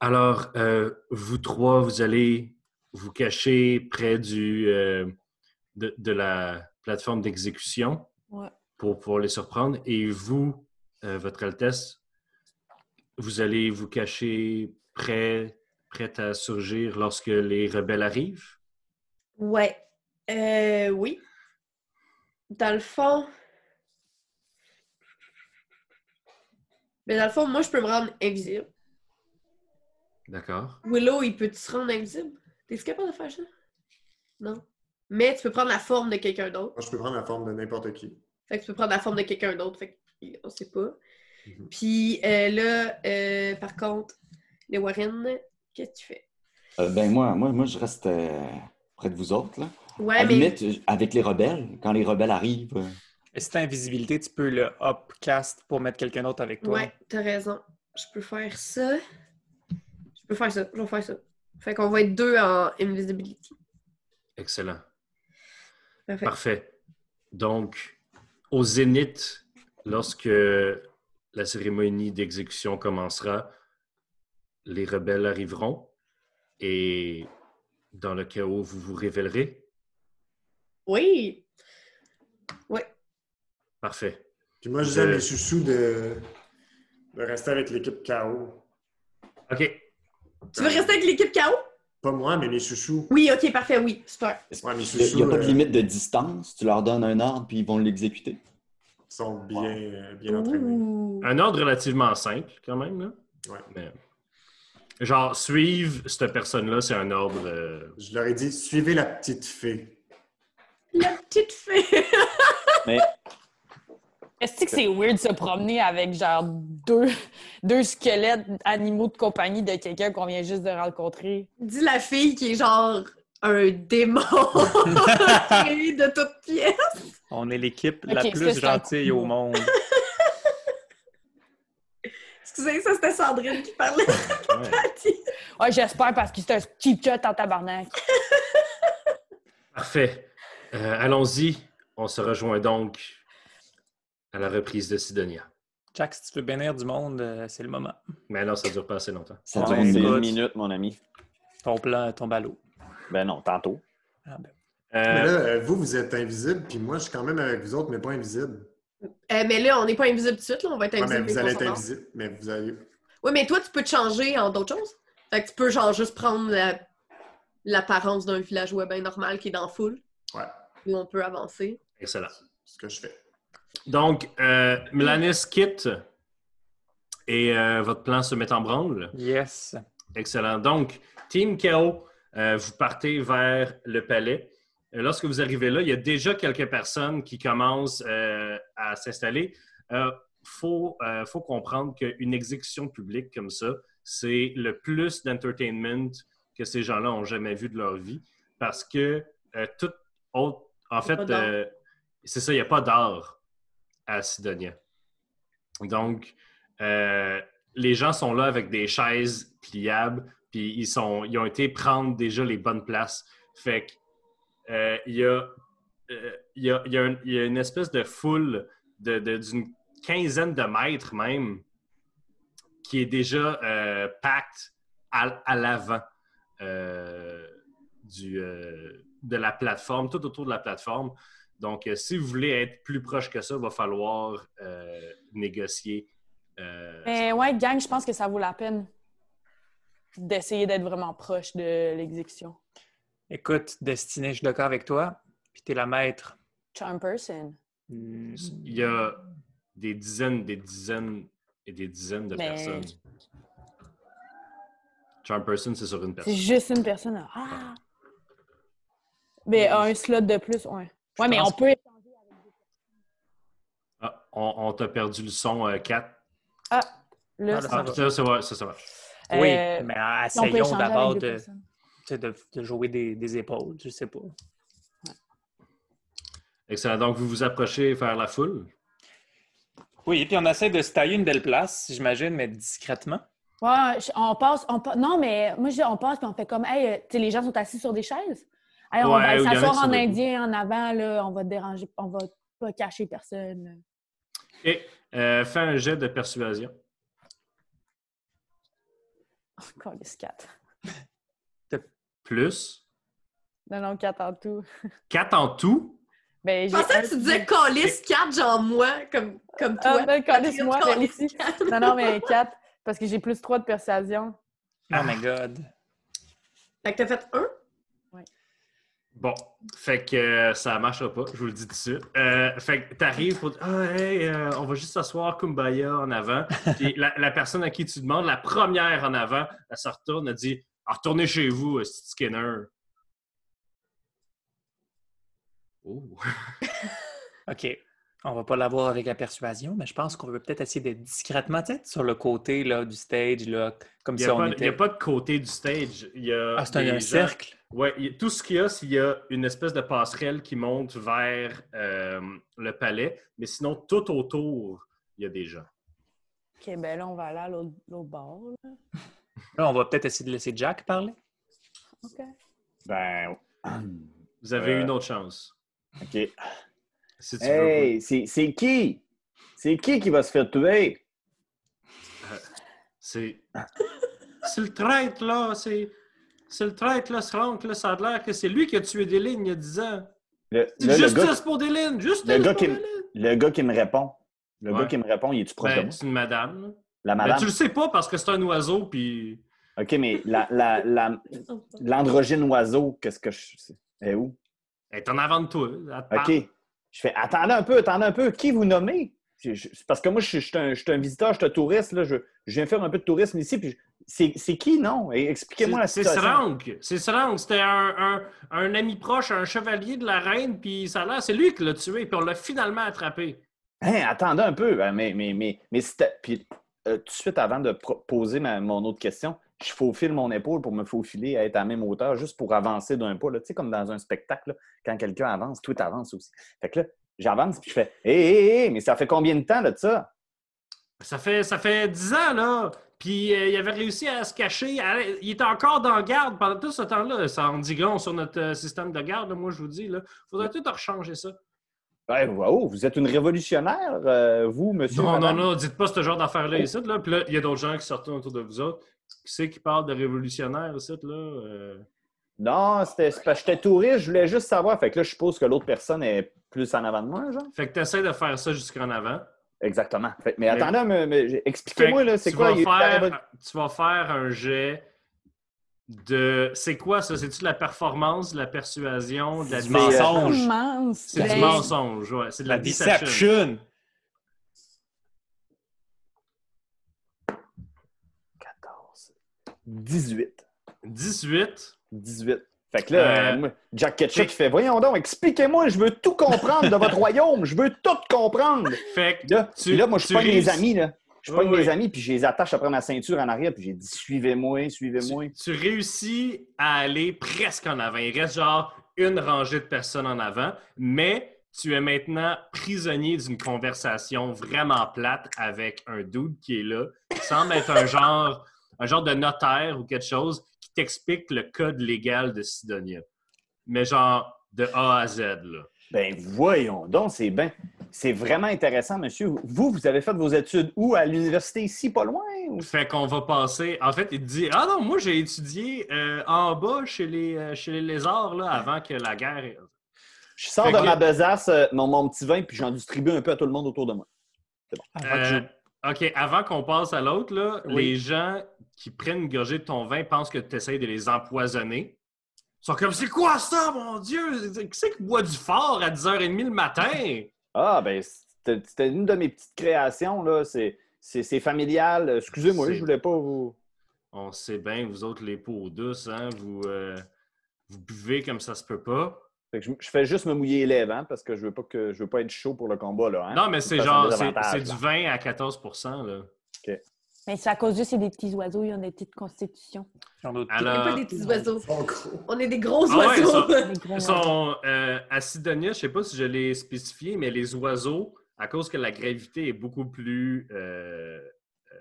alors, euh, vous trois, vous allez vous cacher près du, euh, de, de la plateforme d'exécution Ouais. pour pouvoir les surprendre. Et vous, euh, Votre Altesse, vous allez vous cacher prêt, prête à surgir lorsque les rebelles arrivent. Ouais. Euh, oui. Dans le fond. Mais dans le fond, moi, je peux me rendre invisible. D'accord. Willow, il peut-tu se rendre invisible? T'es-tu capable de faire ça? Non. Mais tu peux prendre la forme de quelqu'un d'autre. Moi, je peux prendre la forme de n'importe qui. Fait que tu peux prendre la forme de quelqu'un d'autre. Fait que, on sait pas. Mhm. Puis euh, là, euh, par contre, les Warren, qu'est-ce que tu fais? Euh, ben, moi, moi, moi, je reste euh, près de vous autres, là. Ouais, à la mais. limite, euh, avec les rebelles, quand les rebelles arrivent. euh, Et si t'as invisibilité, tu peux le upcast pour mettre quelqu'un d'autre avec toi. Ouais, t'as raison. Je peux faire ça. Je peux faire ça. Je vais faire ça. Fait qu'on va être deux en invisibility. Excellent. Parfait. Parfait. Donc, au zénith, lorsque la cérémonie d'exécution commencera, les rebelles arriveront et dans le chaos, vous vous révélerez. Oui! Parfait. Puis moi, je disais à Je- mes chouchous de, de rester avec l'équipe KO. OK. Tu veux rester avec l'équipe KO? Pas moi, mais mes chouchous. Oui, ok, parfait, oui, super. Ouais, mes Il n'y chouchous a pas de euh, limite de distance. Tu leur donnes un ordre, puis ils vont l'exécuter. sont bien, euh, bien entraînés. Ouh. Un ordre relativement simple, quand même. Là. Ouais. Mais, genre, suivre cette personne-là, c'est un ordre. euh, Je leur ai dit, suivez la petite fée. La petite fée! Est-ce que c'est weird de se promener avec genre deux, deux squelettes animaux de compagnie de quelqu'un qu'on vient juste de rencontrer? *laughs* Dis la fille qui est genre un démon *laughs* créé de toutes pièces. On est l'équipe la Ok, ça, plus c'est un gentille coup de au monde. Excusez, ça c'était Sandrine qui parlait. ouais. Ouais, j'espère parce que c'est un cheap shot en tabarnak. Parfait. Euh, Allons-y. On se rejoint donc à la reprise de Sidonia. Jack, si tu veux bénir du monde, euh, c'est le moment. Mais alors, ça ne dure pas assez longtemps. Ça Ouais, dure une écoute. bonne minute, mon ami. Ton plan tombe à l'eau. Ben non, tantôt. Ah, ben. Mais Euh, là, euh, vous, vous êtes invisible, puis moi, je suis quand même avec vous autres, mais pas invisible. Euh, mais là, on n'est pas invisible tout de suite, là. on va être Ouais, mais invisible. vous allez être invisible. invisible. Mais vous allez. Oui, mais toi, tu peux te changer en d'autres choses. Fait que tu peux genre juste prendre la- l'apparence d'un villageois bien normal qui est dans foule. Ouais. Où on peut avancer. excellent. Ce que je fais. Donc, euh, Melanis quitte et euh, votre plan se met en branle. Yes. Excellent. Donc, Team KO, euh, vous partez vers le palais. Euh, Lorsque vous arrivez là, il y a déjà quelques personnes qui commencent euh, à s'installer. Il faut, euh, faut comprendre qu'une exécution publique comme ça, c'est le plus d'entertainment que ces gens-là ont jamais vu de leur vie parce que euh, toute autre. En Il y a fait, pas d'art. euh, c'est ça, il n'y a pas d'art à Sidonia. Donc, euh, les gens sont là avec des chaises pliables, puis ils, sont, ils ont été prendre déjà les bonnes places. Fait que, euh, il y, a, euh, il y, a, il y a un- il y a une espèce de foule de- de- d'une quinzaine de mètres même qui est déjà euh, packed à, à l'avant euh, du, euh, de la plateforme, tout autour de la plateforme. Donc, euh, si vous voulez être plus proche que ça, il va falloir euh, négocier. euh, Mais ouais, gang, je pense que ça vaut la peine d'essayer d'être vraiment proche de l'exécution. Écoute, Destinée, je suis d'accord avec toi. Puis t'es la maître. Charm person. Hmm. Il y a des dizaines, des dizaines et des dizaines de Mais- personnes. Charm person, c'est sur une C'est personne. juste une personne. Ah! Mais un slot de plus, ouais. Je Ouais, mais on pense- peut. Ah, on on t'a perdu le son, euh, Kat. Là, Ah, là, Ah, ça, ça va, ça, ça va. Oui, euh, mais si on peut essayons échanger avec d'abord deux de, personnes. tu sais, de, de jouer des, des épaules, je sais pas. Excellent. Donc, vous vous approchez vers la foule. Oui, puis on essaie de se tailler une belle place, j'imagine, mais discrètement. Ouais, je- on passe, on pa- Non, mais moi, je dis, on passe, puis on fait comme, hey, euh, tu sais, les gens sont assis sur des chaises. Hey, on Ouais, va ou il y en a qui s'asseoir sont en debout. indien en avant, là, on va te déranger, on va pas cacher personne. Et euh, fais un jet de persuasion. Encore les quatre. Plus. Non, non, quatre en tout. 4 en tout. Ben, Je j'ai pensais un- que tu disais Callis 4, genre moi, comme, comme Ah, toi. ben, Callis calisse-moi, ben, ici. quatre. Non, non, mais quatre, parce que j'ai plus trois de persuasion. Oh my god. Fait que t'as fait un? Bon, fait que euh, ça marchera pas, je vous le dis tout de suite. Euh, fait que t'arrives pour dire Ah, hey, euh, on va juste s'asseoir Kumbaya en *laughs* avant. Puis la, la personne à qui tu demandes, la première en avant, elle se retourne, elle dit Ah, Retournez chez vous, euh, Skinner. Oh. OK. On va pas l'avoir avec la persuasion, mais je pense qu'on veut peut-être essayer d'être discrètement, tu sais, sur le côté là, du stage, là, comme Il n'y si a, on pas- il y était. a pas de côté du stage. Il y a Ah, c'est un, des un gens- cercle. Ouais, il y a- tout ce qu'il y a, c'est qu'il y a une espèce de passerelle qui monte vers euh, le palais, mais sinon, tout autour, il y a des gens. OK, ben là, on va aller à l'autre l'autre bord. là. Là, on va peut-être essayer de laisser Jack parler. OK. Ben, Ah, Vous avez Euh, une autre chance. OK. Si tu veux. Hey, c'est c'est qui? C'est qui qui va se faire tuer? C'est. C'est le traître, là. C'est. C'est le traître, là, ce rank, là. Ça a l'air que c'est lui qui a tué des lignes il y a 10 ans. Le, C'est là, le, justice gars, pour des lignes! Justice le gars pour qui- des lignes! le gars qui me répond. Le Ouais. gars qui me répond, il est-tu proche de Ben, moi? c'est une madame. La Mais madame. tu le sais pas parce que c'est un oiseau, puis OK, mais la, la, la- l'androgyne oiseau, qu'est-ce que je. Elle est où? elle est en avant de toi. Elle te parle. OK. Je fais attendez un peu, attendez un peu, qui vous nommez? Je- je- c'est parce que moi, je, suis- je suis un, je suis un visiteur, je suis un touriste, là, je, je viens faire un peu de tourisme ici. Puis je- c'est, c'est qui, non? Et Expliquez-moi la C'est situation. Srang. C'est Srang. C'était un, un- un ami proche, un chevalier de la reine, puis ça a l'air, c'est lui qui l'a tué, puis on l'a finalement attrapé. Hein, attendez un peu, hein, mais, mais, mais, mais c'était- puis, euh, tout de suite avant de pro- poser ma- mon autre question, je faufile mon épaule pour me faufiler à être à la même hauteur, juste pour avancer d'un pas, là. tu sais, comme dans un spectacle, là, quand quelqu'un avance, tout avance aussi. Fait que là, j'avance, puis je fais Hé, hé, hé, mais ça fait combien de temps là, de ça? Ça fait, ça fait 10 ans, là. Puis euh, il avait réussi à se cacher. À- il était encore dans garde pendant tout ce temps-là. Ça en dit grand sur notre euh, système de garde, là, moi, je vous dis. Il faudrait tout rechanger ça. Ouais, Ben, wow, vous êtes une révolutionnaire, euh, vous, monsieur. Non, non, madame. non, dites pas ce genre d'affaires-là ici. Là. Puis là, il y a d'autres gens qui sortent autour de vous autres. Qui c'est qui parle de révolutionnaire ici? Là? Euh, Non, c'était c'est parce que j'étais touriste, je voulais juste savoir. Fait que là, je suppose que l'autre personne est plus en avant de moi, genre. Fait que tu de faire ça jusqu'en avant. Exactement. Fait- mais, Mais- attendez, mais- mais j'ai- Fait expliquez-moi, que là, c'est tu quoi? vas il y a eu la faire- révol- Tu vas faire un jet de. C'est quoi ça? C'est-tu de la performance, de la persuasion, de la Du euh, mensonge. Immense. C'est du Ben, mensonge, ouais. C'est de la La deception. deception. 14, 18. 18. 18. Fait que là, Euh, euh, moi, Jack Ketchup c'est- il fait Voyons donc, expliquez-moi, je veux tout comprendre *laughs* de votre royaume, je veux tout comprendre. Fait que Puis Là, Tu- puis là moi, je tu pogne mes réussis- amis, là. Je Oui, pogne oui. mes amis, puis je les attache après ma ceinture en arrière, puis j'ai dit Suivez-moi, suivez-moi. tu, tu réussis à aller presque en avant. Il reste genre une rangée de personnes en avant, mais tu es maintenant prisonnier d'une conversation vraiment plate avec un dude qui est là, qui semble être un genre, un genre de notaire ou quelque chose qui t'explique le code légal de Sidonia. Mais genre de A à Z, là. Ben voyons donc, c'est ben, c'est vraiment intéressant, monsieur. Vous, vous avez fait vos études où? À l'université ici, pas loin? ou- Fait qu'on va passer. En fait, il te dit Ah non, moi j'ai étudié euh, en bas chez les, euh, chez les lézards là, avant que la guerre. Je sors Fait de que- ma besace, euh, mon, mon petit vin, puis j'en distribue un peu à tout le monde autour de moi. Avant que Euh, OK, avant qu'on passe à l'autre, là, Oui. les gens qui prennent une gorgée de ton vin pensent que tu essaies de les empoisonner. Ils sont comme C'est quoi ça, mon Dieu? Qui c'est qui boit du fort à 10h30 le *laughs* matin? Ah, ben, c'était c'était une de mes petites créations, là. C'est- C'est c'est familial. Euh, Excusez-moi, C'est- je voulais pas vous. On sait bien, vous autres, les peaux douces, hein, vous, euh, vous buvez comme ça se peut pas. Fait que je, je fais juste me mouiller les lèvres, hein, parce que je veux pas que je veux pas être chaud pour le combat, là. hein. Non, mais c'est façon genre, de c'est l'avantage, c'est du là. vin à 14 là. Mais c'est à cause de c'est des petits oiseaux, ils ont des *laughs* petites constitutions. j'en doute. On n'est Alors, pas des petits oiseaux. Bon gros. On est des gros Euh, Ah ouais, oiseaux. Des gros Ils oiseaux. sont euh, à Sidonia, je sais pas si je l'ai spécifié, mais les oiseaux, à cause que la gravité est beaucoup plus euh, euh,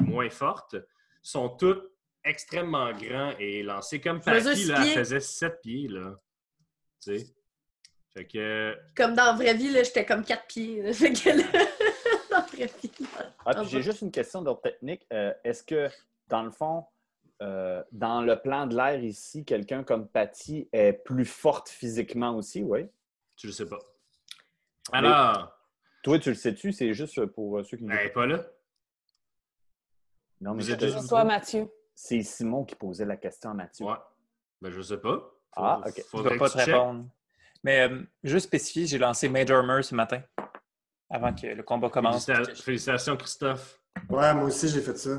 moins forte, sont tous extrêmement grands et élancés. Comme Mesure Patty, six là, elle pieds. faisait 7 pieds, là. Tu sais? Fait que... Comme dans la vraie vie, là, j'étais comme quatre pieds. là. *laughs* Fait que là, dans la vraie vie, là. Ah, puis j'ai juste une question d'ordre technique. Euh, Est-ce que, dans le fond, euh, dans le plan de l'air ici, quelqu'un comme Patty est plus forte physiquement aussi, oui? Tu le sais pas. Alors, Toi, tu le sais-tu? C'est juste pour euh, ceux qui nous elle est pas là. Non, Ben, mais vous êtes c'est- juste- C'est toi, Mathieu. c'est Simon qui posait la question à Mathieu. Ouais. Ben, je sais pas. Faut- Ah, ok. Je ne faudrait vais pas que te tu checkes. répondre. Mais euh, juste spécifier, j'ai lancé Major Mur ce matin, avant que le combat commence. Félicita- Félicitations, Christophe. Ouais, moi aussi, j'ai fait ça.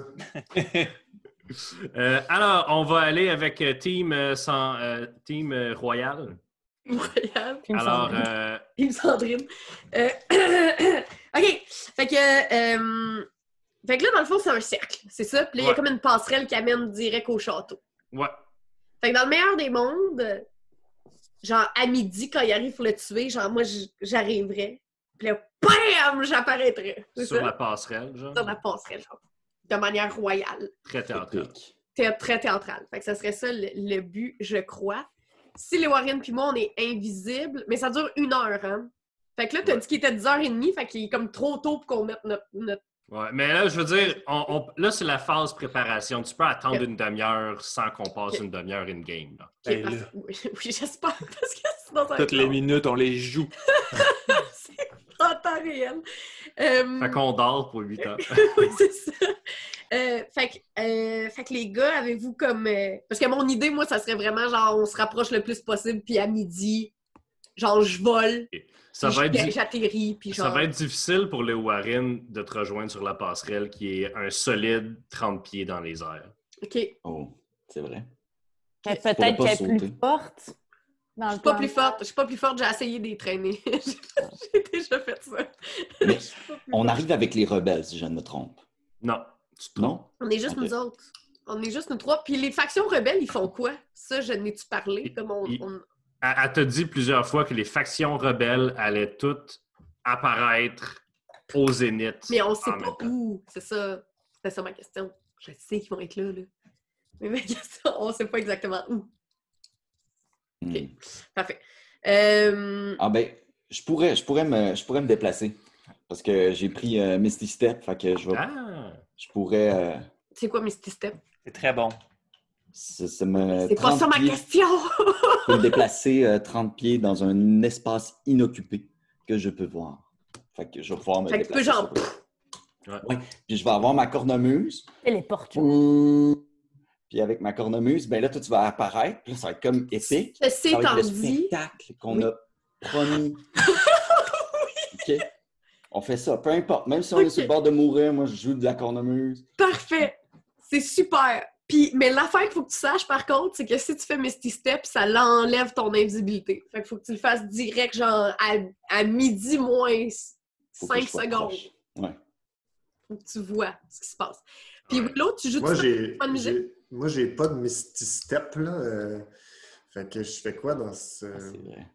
Euh, alors, on va aller avec euh, Team, euh, sans, euh, team euh, Royal. Incroyable. Puis il me Alors, semble- euh, Team Sandrine. Euh, *coughs* OK. Fait que, euh, fait que là, dans le fond, c'est un cercle. C'est ça. Puis là, il y Ouais. a comme une passerelle qui amène direct au château. ouais. Fait que dans le meilleur des mondes, genre à midi, quand il arrive pour le tuer, genre moi, j- j'arriverais. Puis là, BAM! J'apparaîtrais. C'est sur ça? la passerelle, genre. Sur la passerelle, genre. De manière royale. Très théâtrale. Épique. thé- très théâtral. Fait que ça serait ça le, le but, je crois. Si les Warren puis moi, on est invisibles, mais ça dure une heure, hein? Fait que là, t'as Ouais. dit qu'il était 10h30, fait qu'il est comme trop tôt pour qu'on mette notre... notre- Ouais. Mais là, je veux dire, on- on- là, c'est la phase préparation. Tu peux attendre une demi-heure sans qu'on passe une demi-heure in-game. là. Ok, Ben parfait. là. *laughs* oui, oui, j'espère, *laughs* parce que sinon ça va *laughs* Toutes être les long. minutes, on les joue. C'est en temps réel. Euh, Fait qu'on dort pour 8 ans. *laughs* oui, c'est ça. Euh, fait, que, euh, fait que les gars, avez-vous comme. euh, Parce que mon idée, moi, ça serait vraiment genre, on se rapproche le plus possible, puis à midi, genre, je vole, Ça puis va, être je- di- *laughs* j'atterris, puis genre. ça va être difficile pour les Warren de te rejoindre sur la passerelle qui est un solide 30 pieds dans les airs. Ok, je Oh, c'est vrai. Mais Faudrait peut-être pas qu'elle est plus sauter. forte. Dans suis le pas plan. plus forte, je suis pas plus forte, j'ai essayé de les traîner. *laughs* j'ai déjà fait ça. Mais Je suis pas plus on forte. arrive avec les rebelles, si je ne me trompe. Non, tu te trompes. Non? On est juste Ok. nous autres. On est juste nous trois. Puis les factions rebelles, ils font quoi? Ça, je n'ai-tu parlé? Ils- Comme on, ils- on- Elle, elle t'a dit plusieurs fois que les factions rebelles allaient toutes apparaître au zénith. Mais on sait en même pas temps. où. C'est ça. C'est ça ma question. Je sais qu'ils vont être là, là. Mais ma *laughs* question, on sait pas exactement où. Hmm. Ok. Parfait. Euh, Ah ben, je pourrais, je pourrais me, je pourrais me déplacer. Parce que j'ai pris euh, Misty Step, fait que je, vais- Ah! Hein? je pourrais... euh, c'est quoi Misty Step? C'est très bon. se- se me C'est pas 30 ça ma pieds- question! je peux me déplacer euh, 30 pieds dans un espace inoccupé que je peux voir. Fait que je vais pouvoir me Fait que tu peux déplacer. genre- sur- Ouais. Puis je vais avoir ma cornemuse. Téléporte. Mmh. Puis avec ma cornemuse, ben là, toi, tu vas apparaître. Puis là, ça va être comme épique. Ceci Ça va étant être le dit, spectacle qu'on Oui. a *laughs* promis. OK? On fait ça. Peu importe. Même si on Ok. est sur le bord de mourir, moi, je joue de la cornemuse. parfait! C'est super! Puis, mais l'affaire qu'il faut que tu saches, par contre, c'est que si tu fais Misty Step, ça l'enlève ton invisibilité. Fait qu'il faut que tu le fasses direct, genre à, à midi moins Faut que 5 je sois secondes. proche. Ouais. Faut que tu vois ce qui se passe. Puis, Ouais. Willow, tu joues Moi, tout j'ai, pas de musique? j'ai- moi, j'ai pas de Misty Step, là. euh, fait que je fais quoi dans ce... Ah, c'est vrai.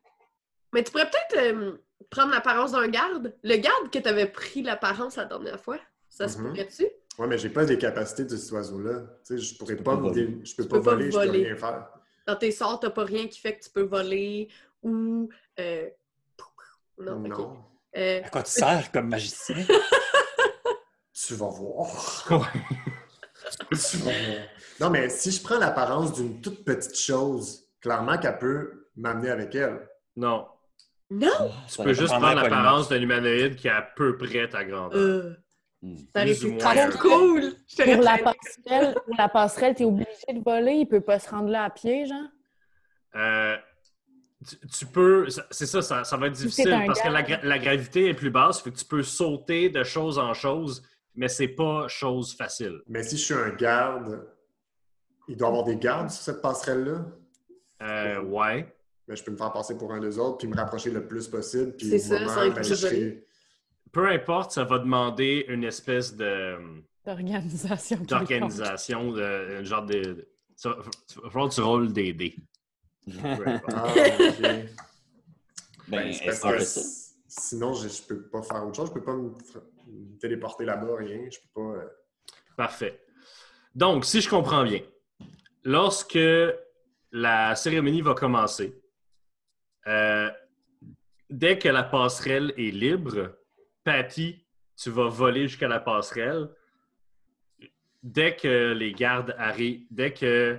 Mais tu pourrais peut-être euh, prendre l'apparence d'un garde. Le garde que tu avais pris l'apparence la dernière fois, ça se Mhm. pourrait-tu? Ouais, mais j'ai pas les capacités de cet oiseau-là. Tu sais, je pourrais peux pas... pas me voler. dé- Je peux Tu pas peux pas voler, je peux voler. rien faire. Dans tes sorts, t'as pas rien qui fait que tu peux voler ou. euh, Non, ok. Non. Euh, À quoi tu sers comme magicien? Tu vas voir. *laughs* Ouais. *laughs* Tu vas voir. Non, mais si je prends l'apparence d'une toute petite chose, clairement qu'elle peut m'amener avec elle. Non. Non! Tu Ça peux va juste prendrait prendre pas une l'apparence d'un humanoïde qui est à peu près ta grandeur. Euh, Hmm. ça aurait Plus été ou trop moins. cool! Je t'aurais Pour la traîné. passerelle, pour la passerelle, t'es obligé de voler, il peut pas se rendre là à pied, genre. Euh, tu, tu peux. ça- C'est ça, ça, ça va être c'est difficile un parce que la, gars. gra- la gravité est plus basse, fait que tu peux sauter de chose en chose, mais c'est pas chose facile. Mais si je suis un garde, il doit y avoir des gardes sur cette passerelle-là. Euh, ouais. Mais je peux me faire passer pour un des autres, puis me rapprocher le plus possible. Puis C'est au ça, moment, ça va être ben, plus je serai- joli. Peu importe, ça va demander une espèce de hum, D'organisation. quelconque. d'organisation, de, un genre de. ça va- Il va falloir que tu roules des dés. Peu importe. *laughs* Ah, ok. Ben, Ben, c'est parce est-ce que que ça? s- sinon, je, je peux pas faire autre chose. Je peux pas me, tra- me téléporter là-bas, rien. Je peux pas... euh, Parfait. Donc, si je comprends bien, lorsque la cérémonie va commencer, euh, dès que la passerelle est libre, Patty, tu vas voler jusqu'à la passerelle. Dès que les gardes arrivent, dès que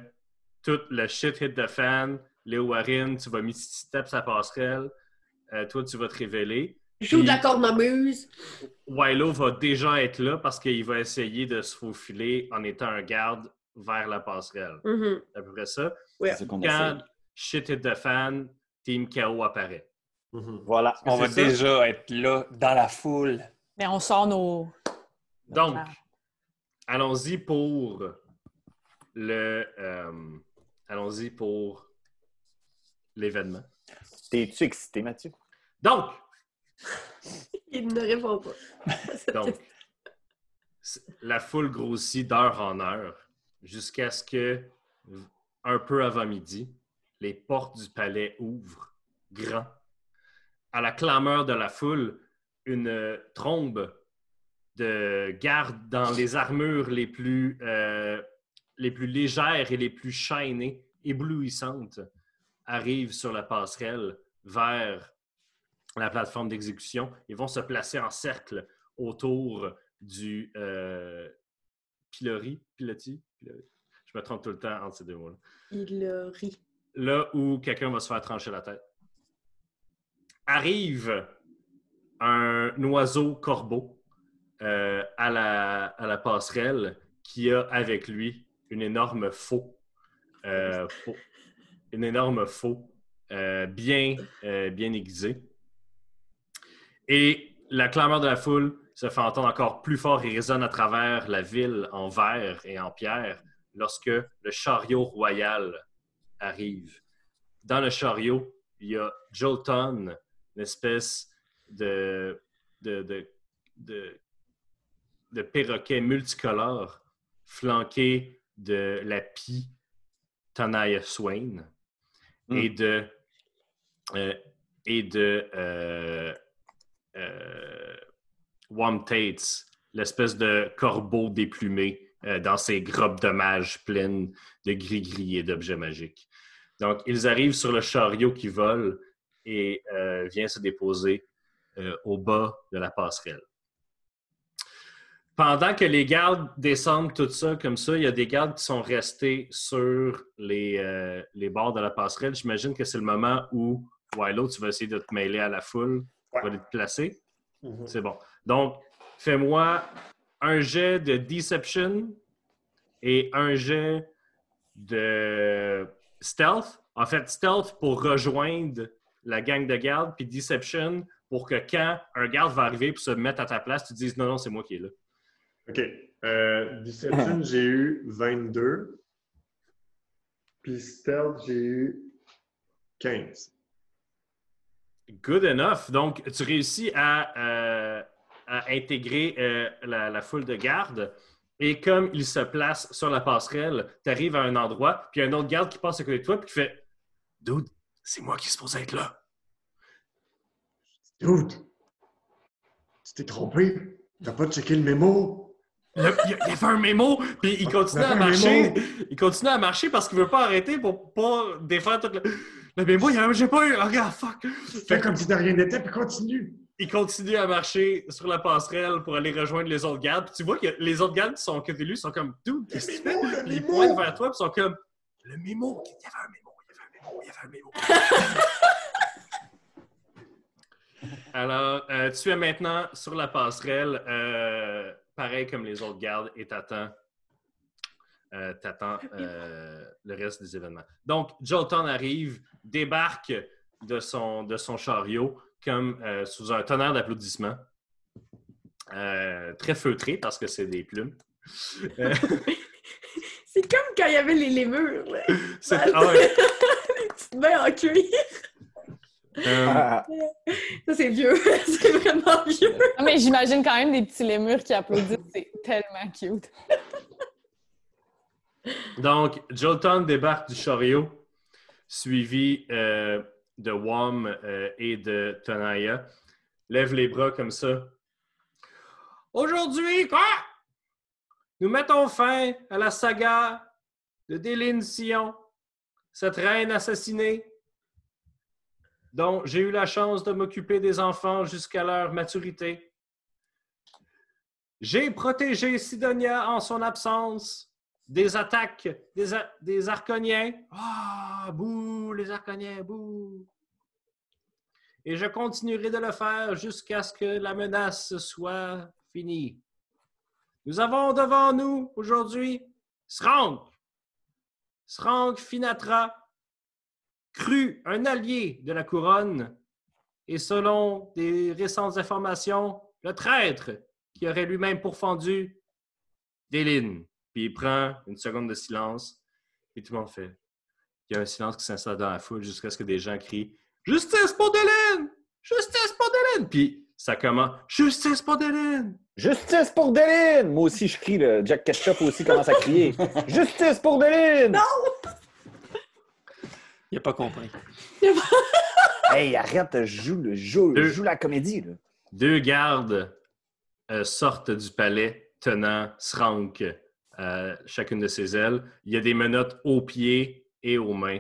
tout le shit hit the fan, Léo Warren, tu vas misty step sa passerelle, euh, toi, tu vas te révéler. Je joue de la Puis- cornemuse. Wilo va déjà être là parce qu'il va essayer de se faufiler en étant un garde vers la passerelle. Mm-hmm. Mhm. C'est à peu près ça. C'est ça qu'on essaie. Quand shit hit the fan, Team KO apparaît. mhm. Voilà. On va C'est ça. déjà être là, dans la foule. Mais on sort nos. Donc, Ah. allons-y pour le. euh, allons-y pour l'événement. T'es-tu excité, Mathieu? Donc, Il ne répond pas. *laughs* Donc, c- la foule grossit d'heure en heure jusqu'à ce que, v- un peu avant midi, les portes du palais ouvrent, grand. À la clameur de la foule, une euh, trombe de gardes dans les armures les plus, euh, les plus légères et les plus chaînées, éblouissantes, arrive sur la passerelle vers la plateforme d'exécution et vont se placer en cercle autour du euh, pilori, piloti, pilori. Je me trompe tout le temps entre ces deux mots-là. *laughs* Il euh, rit. Là où quelqu'un va se faire trancher la tête. Arrive un oiseau corbeau euh, à, la, à la passerelle qui a avec lui une énorme faux. euh, faux- une énorme faux euh, bien, euh, bien aiguisée. Et la clameur de la foule se fait entendre encore plus fort et résonne à travers la ville en verre et en pierre lorsque le chariot royal arrive. Dans le chariot, il y a Jolton, une espèce de, de, de, de, de perroquet multicolore flanqué de la pie Tanaya Swain et de euh, et de euh, euh, Wom Tates, l'espèce de corbeau déplumé euh, dans ses grottes de mages pleines de gris-gris et d'objets magiques. Donc, ils arrivent sur le chariot qui vole et euh, vient se déposer euh, au bas de la passerelle. Pendant que les gardes descendent tout ça comme ça, il y a des gardes qui sont restés sur les, euh, les bords de la passerelle. J'imagine que c'est le moment où, Wilo, tu vas essayer de te mêler à la foule pour Ouais. aller te placer. Mhm. C'est bon. Donc, fais-moi un jet de deception et un jet de stealth. En fait, stealth pour rejoindre la gang de garde, puis deception pour que quand un garde va arriver pour se mettre à ta place, tu dises non, non, c'est moi qui est là. OK. Euh, Deception, j'ai eu 22. Puis Stealth, j'ai eu 15. Good enough. Donc, tu réussis à, euh, à intégrer euh, la, la foule de gardes. Et comme ils se placent sur la passerelle, tu arrives à un endroit, puis il y a un autre garde qui passe à côté de toi, puis qui fait Dude, c'est moi qui suis supposé être là. Dude! Tu t'es trompé! T'as pas checké le mémo! Le- il, a, il a fait un mémo, puis il continue Il a à fait un marcher. mémo. Il continue à marcher parce qu'il veut pas arrêter pour pas défaire tout le. Le mémo, il y a un, j'ai pas eu. Ah, Regarde, fuck. Fais comme si de rien n'était, puis continue! il continue à marcher sur la passerelle pour aller rejoindre les autres gardes. Puis tu vois que les autres gardes qui sont à côté de lui sont comme Dude, qu'est-ce que tu fais? mémo, le Puis ils mémo! pointent vers toi puis sont comme Le mémo, il y avait un mémo, il y avait un mémo, il y avait un mémo. *laughs* Alors, euh, tu es maintenant sur la passerelle, euh, pareil comme les autres gardes, et t'attends. euh, t'attends, euh, le reste des événements. Donc, Jolton arrive, débarque de son, de son chariot comme euh, sous un tonnerre d'applaudissements. Euh, très feutré parce que c'est des plumes. Euh, C'est comme quand il y avait les lémures, là. c'est- *laughs* ah *laughs* ouais, les petites mains en cuir. *laughs* euh, Ah, Ça, c'est vieux. *laughs* c'est vraiment vieux. Non, mais j'imagine quand même des petits lémures qui applaudissent. C'est tellement cute. donc, Jolton débarque du chariot, suivi euh, de Wom euh, et de Tonaya. Lève les bras comme ça. Aujourd'hui, quoi? Nous mettons fin à la saga de Déline Sion, cette reine assassinée, dont j'ai eu la chance de m'occuper des enfants jusqu'à leur maturité. J'ai protégé Sidonia en son absence des attaques des, a- des Arconiens. Ah, bouh, les Arconiens, bouh! Et je continuerai de le faire jusqu'à ce que la menace soit finie. Nous avons devant nous aujourd'hui Srank, Srank Finatra, cru un allié de la couronne, et selon des récentes informations, le traître qui aurait lui-même pourfendu Déline. Puis il prend une seconde de silence, et tout le monde fait. Il y a un silence qui s'installe dans la foule jusqu'à ce que des gens crient Justice pour Déline! Justice pour Déline! Puis ça commence Justice pour Déline! Justice pour Deline! Moi aussi, je crie. Là. Jack Ketchup aussi commence à crier. Justice pour Deline! Il n'a pas compris. Hey, arrête, je joue le jeu, je joue la comédie. Là. Deux gardes euh, sortent du palais tenant Srank à chacune de ses ailes. Il y a des menottes aux pieds et aux mains,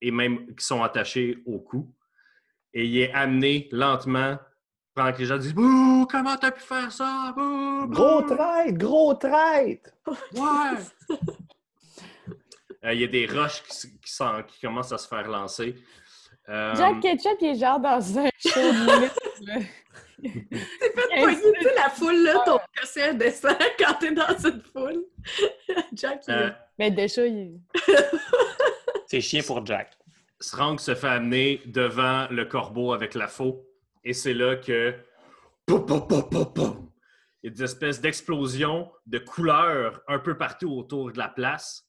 et même qui sont attachées au cou. Et il est amené lentement pendant que les gens disent Bouh, comment t'as pu faire ça? Bouh, bouh. Gros traître, gros traître! Ouais! Euh, Il y a des roches qui, s- qui s'en- qui commencent à se faire lancer. Euh, *laughs* Jack Ketchup, il est genre dans un show de T'es fait poigner, tu sais, la foule, là, ton quotient descend *laughs* quand t'es dans une foule. *laughs* Jack, il est- Euh, Mais déjà, il... C'est chiant pour Jack. Srank se fait amener devant le corbeau avec la faux. Et c'est là que. Pum, pum, pum, pum, pum. Il y a des espèces d'explosions de couleurs un peu partout autour de la place.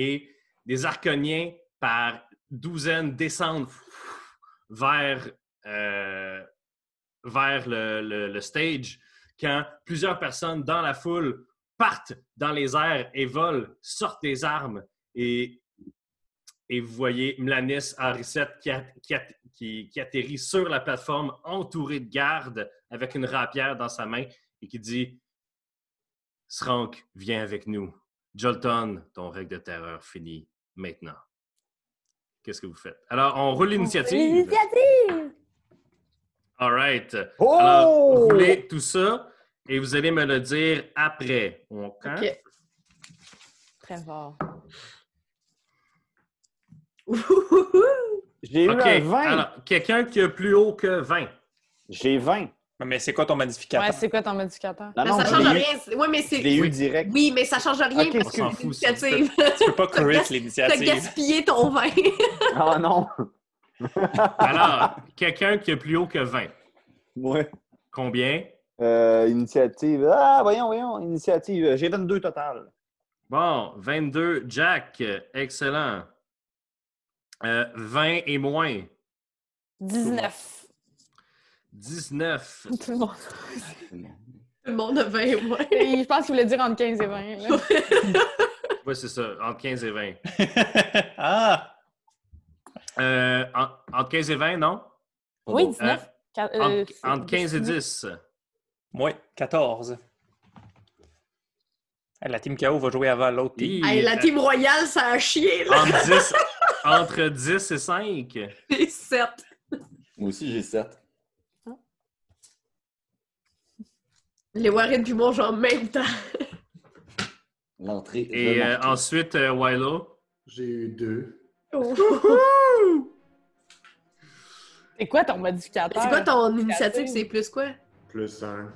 Et des arconiens par douzaines descendent vers, euh, vers le, le- le stage quand plusieurs personnes dans la foule partent dans les airs et volent, sortent des armes et et vous voyez Mlanis Harissette qui, a- qui a- qui- qui atterrit sur la plateforme entourée de gardes avec une rapière dans sa main et qui dit Srank, viens avec nous. Jolton, ton règle de terreur finit maintenant. Qu'est-ce que vous faites? Alors, on roule l'initiative. L'initiative! All right. Oh! Alors, roulez tout ça et vous allez me le dire après. On compte. Ok. Très fort. *laughs* J'ai eu OK. un 20. Alors, quelqu'un qui a plus haut que 20. J'ai 20. Mais c'est quoi ton modificateur? Ouais, c'est quoi ton modificateur? Non, Mais Ah non, ça je change l'ai eu- rien. c'est- Ouais, mais je l'ai c'est. eu direct. Oui, mais ça change rien Ok, parce On que s'en c'est fout. si tu peux- l'initiative. Tu peux pas crit *laughs* T'as- T'as l'initiative. gaspillé ton vin. Ah non. *laughs* Alors, quelqu'un qui est plus haut que 20. Ouais. Combien? Euh, initiative. Ah, voyons, voyons. Initiative. J'ai 22 total. Bon, 22. Jack, euh, excellent. Euh, 20 et moins. 19. 19. *laughs* Tout le monde. Tout le monde a 20 et *laughs* moins. Et je pense qu'il voulait dire entre 15 et 20. là. Oui, c'est ça, entre 15 et 20. *laughs* ah! Euh, en- entre 15 et 20, non? Oui, Euh, 19. Qua- euh, entre, entre 15 et 10. Moi, 14. Eh, La team KO va jouer avant l'autre team. Hi, Hey, la euh, team royale, ça a *laughs* chié, là. entre, 10, entre 10 et 5. Les 7. Moi aussi, j'ai 7. Les Warren puis moi, genre, en même temps. L'entrée. Et euh, remarquée. ensuite, euh, Wilo. J'ai eu deux. C'est quoi ton modificateur? *laughs* C'est quoi ton initiative? C'est plus quoi? Plus un.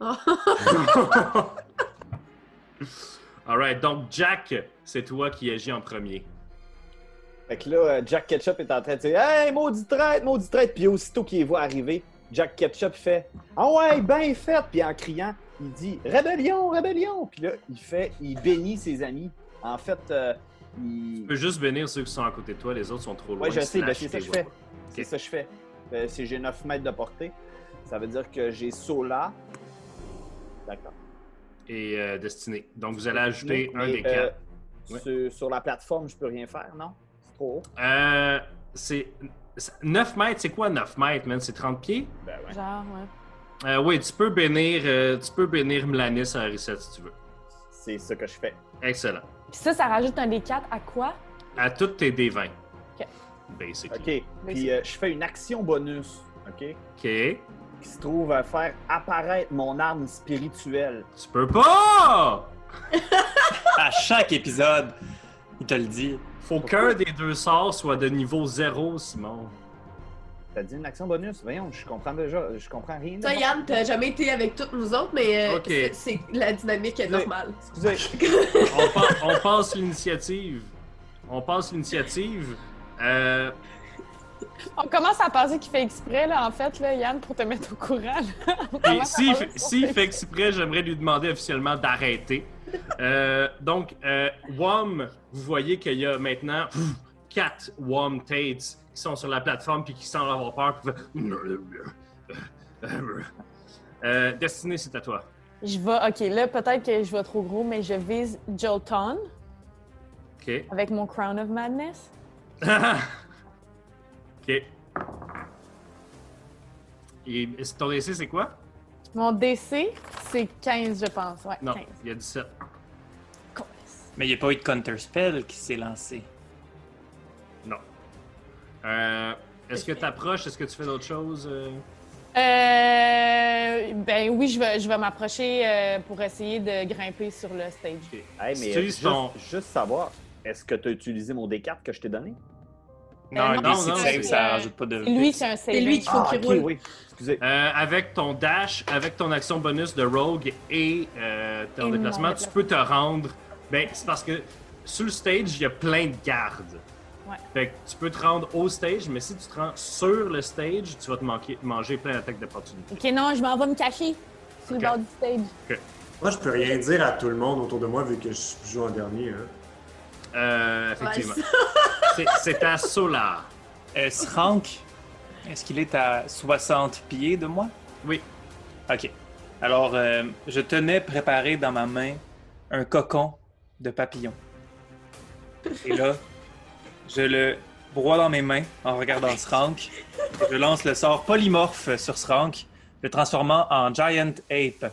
Oh. *laughs* All right, donc Jack, c'est toi qui agis en premier. Fait que là, euh, Jack Ketchup est en train de dire Hey, maudit traître, maudit traître. Puis aussitôt qu'il les voit arriver, Jack Ketchup fait Ah ouais, ben fait. Puis en criant, il dit Rébellion, rébellion. Puis là, il fait, il bénit ses amis. En fait, euh, il- Tu peux juste bénir ceux qui sont à côté de toi, les autres sont trop loin. Ouais, je sais, slash, ben, c'est je les ça que je vois fais. pas. C'est ça que je fais. Euh, si j'ai 9 mètres de portée, ça veut dire que j'ai Sola. D'accord. Et euh, Destiné. Donc vous allez ajouter Et, un des euh, quatre. Ouais. sur, sur la plateforme, je peux rien faire, non? C'est trop haut. Euh, c'est. 9 mètres, c'est quoi 9 mètres, man? C'est 30 pieds? Ben ouais. Genre, ouais. Euh, oui, tu peux bénir, euh, tu peux bénir Melanis à reset si tu veux. C'est ça que je fais. Excellent. Puis ça, ça rajoute un des 4 à quoi? À toutes tes D20. Ok. Basically. OK. Puis euh, je fais une action bonus, OK? OK. Tu Qui se trouve à faire apparaître mon arme spirituelle. peux pas! *laughs* À chaque épisode, il te le dit. Faut qu'un des deux sorts soit de niveau 0, Simon. T'as dit une action bonus? Voyons, je comprends déjà, je comprends rien. Toi, Yann, t'as jamais été avec toutes nous autres, mais euh, Ok. c'est- c'est la dynamique est Oui. normale. Excusez. *laughs* on, pa- on passe l'initiative. On passe l'initiative. Euh, On commence à penser qu'il fait exprès, là, en fait, là, Yann, pour te mettre au courant. là. On et commence à s'il penser fait- qu'on s'il fait fait exprès, j'aimerais lui demander officiellement d'arrêter. Euh, donc, euh, WOM, vous voyez qu'il y a maintenant pff, quatre WOM Tates qui sont sur la plateforme puis qui semblent avoir peur. Euh, Destiné, c'est à toi. Je vais, ok, là, peut-être que je vais trop gros, mais je vise Jolton OK. avec mon Crown of Madness. *laughs* OK. Et ton essai, c'est quoi? Mon DC, c'est 15, je pense. Ouais, Non, 15. il y a 17. Colisse. Mais il n'y a pas eu de counterspell qui s'est lancé. Non. Euh, est-ce que tu approches? Est-ce que tu fais d'autres choses? euh? Euh, ben oui, je vais, je vais m'approcher euh, pour essayer de grimper sur le stage. Hey, mais Utilise juste, ton- juste savoir, est-ce que tu as utilisé mon D4 que je t'ai donné? Non, non, un non, Ah, DC c'est, save, ça euh, rajoute pas de. C'est lui, c'est un save. C'est lui qui faut Ah, qu'il ok, roule. oui. Excusez. Euh, avec ton dash, avec ton action bonus de rogue et euh, ton Et mon déplacement, tu déplacement. peux te rendre. Ben, c'est parce que sur le stage, il y a plein de gardes. Ouais. Fait que tu peux te rendre au stage, mais si tu te rends sur le stage, tu vas te manquer- manger plein d'attaques d'opportunité. Ok, non, je m'en vais me cacher sur Ok. le bord du stage. Moi, je peux rien dire à tout le monde autour de moi vu que je joue en dernier. hein. Euh, effectivement. C'est- C'est à Solar. Euh, Srank, est-ce qu'il est à 60 pieds de moi? Oui. OK. Alors, euh, je tenais préparé dans ma main un cocon de papillon. *laughs* Et là, je le broie dans mes mains en regardant Srank. Et Je lance le sort polymorphe sur Srank, le transformant en Giant Ape.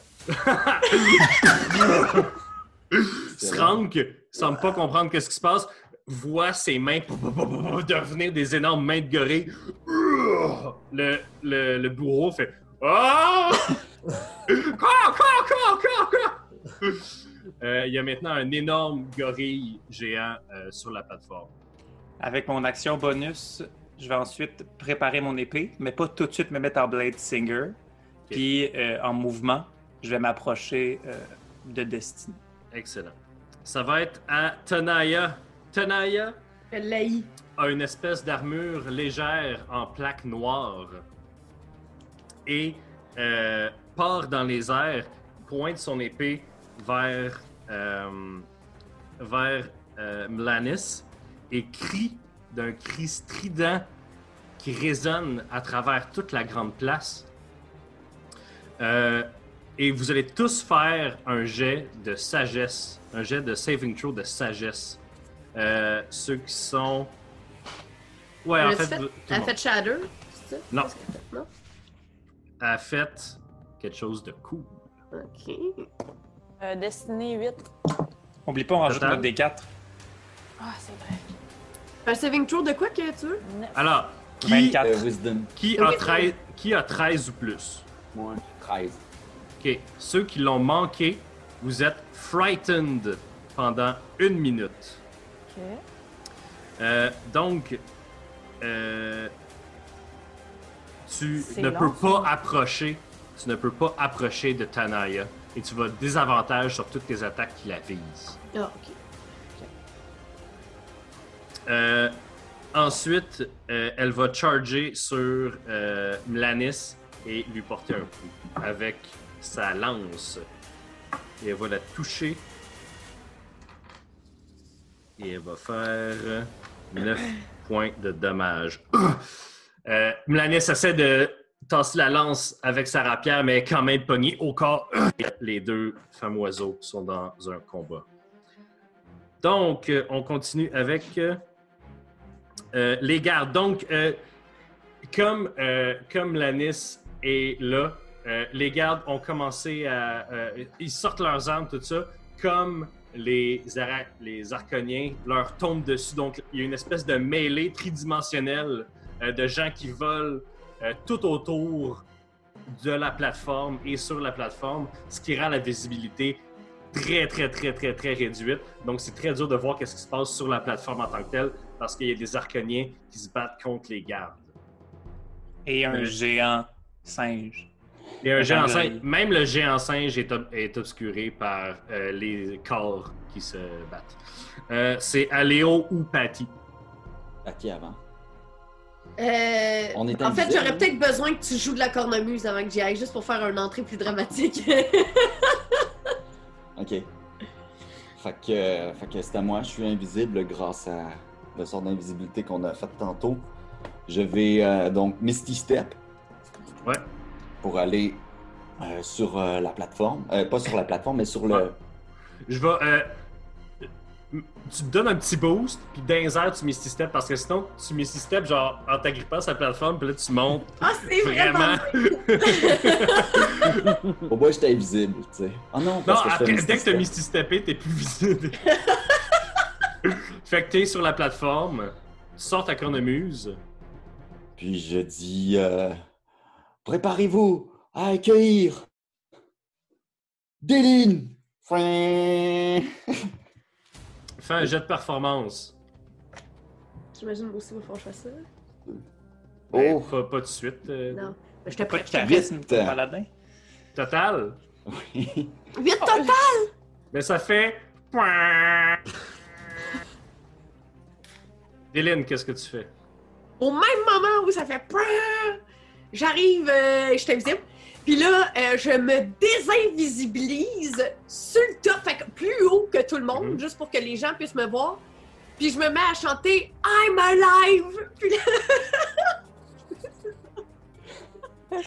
Srank semble pas comprendre qu'est-ce qui se passe, voit ses mains devenir des énormes mains de gorille. Le, le, le bourreau fait Ah! Quoi, quoi, quoi, quoi, quoi? Euh, Il y a maintenant un énorme gorille géant euh, sur la plateforme. Avec mon action bonus, je vais ensuite préparer mon épée, mais pas tout de suite me mettre en Blade Singer. Puis euh, en mouvement, je vais m'approcher euh, de Destiny. Excellent. Ça va être à Tenaya. Tenaya Elle l'haït. a une espèce d'armure légère en plaque noire et euh, part dans les airs, pointe son épée vers, euh, vers euh, Mlanis et crie d'un cri strident qui résonne à travers toute la grande place. Euh, et vous allez tous faire un jet de sagesse, un jet de saving throw de sagesse. Euh, ceux qui sont. Ouais, en Elle a fait, fait- vous- tout le Elle monde. fait Shatter, c'est ça? Non. Qu'est-ce qu'elle fait? Non? Elle a fait quelque chose de cool. Ok. Euh, Destiné 8. Oublie pas, on rajoute Total. notre D4. Ah, c'est vrai. Un saving throw de quoi que tu veux? Neuf. Alors, qui, 24. Euh, wisdom. qui, Oui, a oui. 13, qui a 13 ou plus? Moi, 13. OK. Ceux qui l'ont manqué, vous êtes frightened pendant une minute. Ok. Euh, donc, euh, tu C'est ne long, peux pas approcher. Tu ne peux pas approcher de Tanaya. Et tu vas désavantage sur toutes tes attaques qui la visent. Ah, ok. Euh, ensuite, euh, elle va charger sur euh, Mlanis et lui porter un coup avec sa lance. Et elle va la toucher. Et elle va faire 9 points de dommage. *coughs* Euh, Mlanis essaie de tasser la lance avec sa rapière, mais elle est quand même pognée au corps. *coughs* Les deux femmes oiseaux sont dans un combat. Donc, euh, on continue avec euh, euh, les gardes. Donc, euh, comme, euh, comme l'ANIS est là, euh, les gardes ont commencé à. euh, ils sortent leurs armes, tout ça, comme les, Ara- les Arconiens leur tombent dessus. Donc, il y a une espèce de mêlée tridimensionnelle euh, de gens qui volent euh, tout autour de la plateforme et sur la plateforme, ce qui rend la visibilité très, très, très, très, très réduite. Donc, c'est très dur de voir qu'est-ce qui se passe sur la plateforme en tant que telle parce qu'il y a des arcaniens qui se battent contre les gardes. Et un Euh. géant singe. Et un Le géant géant singe, gorille. même le géant singe est, ob- est obscuré par euh, les corps qui se battent. Euh, c'est Aléo ou Patty. À qui avant? Euh, On est en fait, invisible. j'aurais peut-être besoin que tu joues de la cornemuse avant que j'y aille, juste pour faire une entrée plus dramatique. *laughs* OK. Fait que, euh, fait que c'est à moi. Je suis invisible grâce à le sort d'invisibilité qu'on a fait tantôt. Je vais euh, donc Misty Step. Ouais. Pour aller euh, sur euh, la plateforme. Euh, pas sur la plateforme, mais sur le. Je vais. euh, tu me donnes un petit boost, puis d'un air, tu misty step parce que sinon, tu misty step genre en t'agrippant sur la plateforme, puis là, tu montes ah, c'est vraiment. vraiment. Au moins, j'étais invisible, tu sais. Ah non, Non, parce que je fais après, Misty dès que t'as Step. misty steppé, t'es plus *laughs* visible. fait que t'es sur la plateforme, tu sors ta cornemuse. Puis je dis euh, Préparez-vous à accueillir Déline Fais un jet de performance. J'imagine aussi qu'il va falloir que je fasse ça. Ben, Oh, pas, pas tout de suite. euh, Non. Je Pas te de prête. charisme pour Vite. paladin. Total. oui. Vite, total! Mais ça fait. Dylan, qu'est-ce que tu fais? Au même moment où ça fait prrrr, j'arrive, euh, je suis invisible. Puis là, euh, je me désinvisibilise sur le top, fait que plus haut que tout le monde, Mhm. juste pour que les gens puissent me voir. Puis je me mets à chanter I'm alive! Puis là,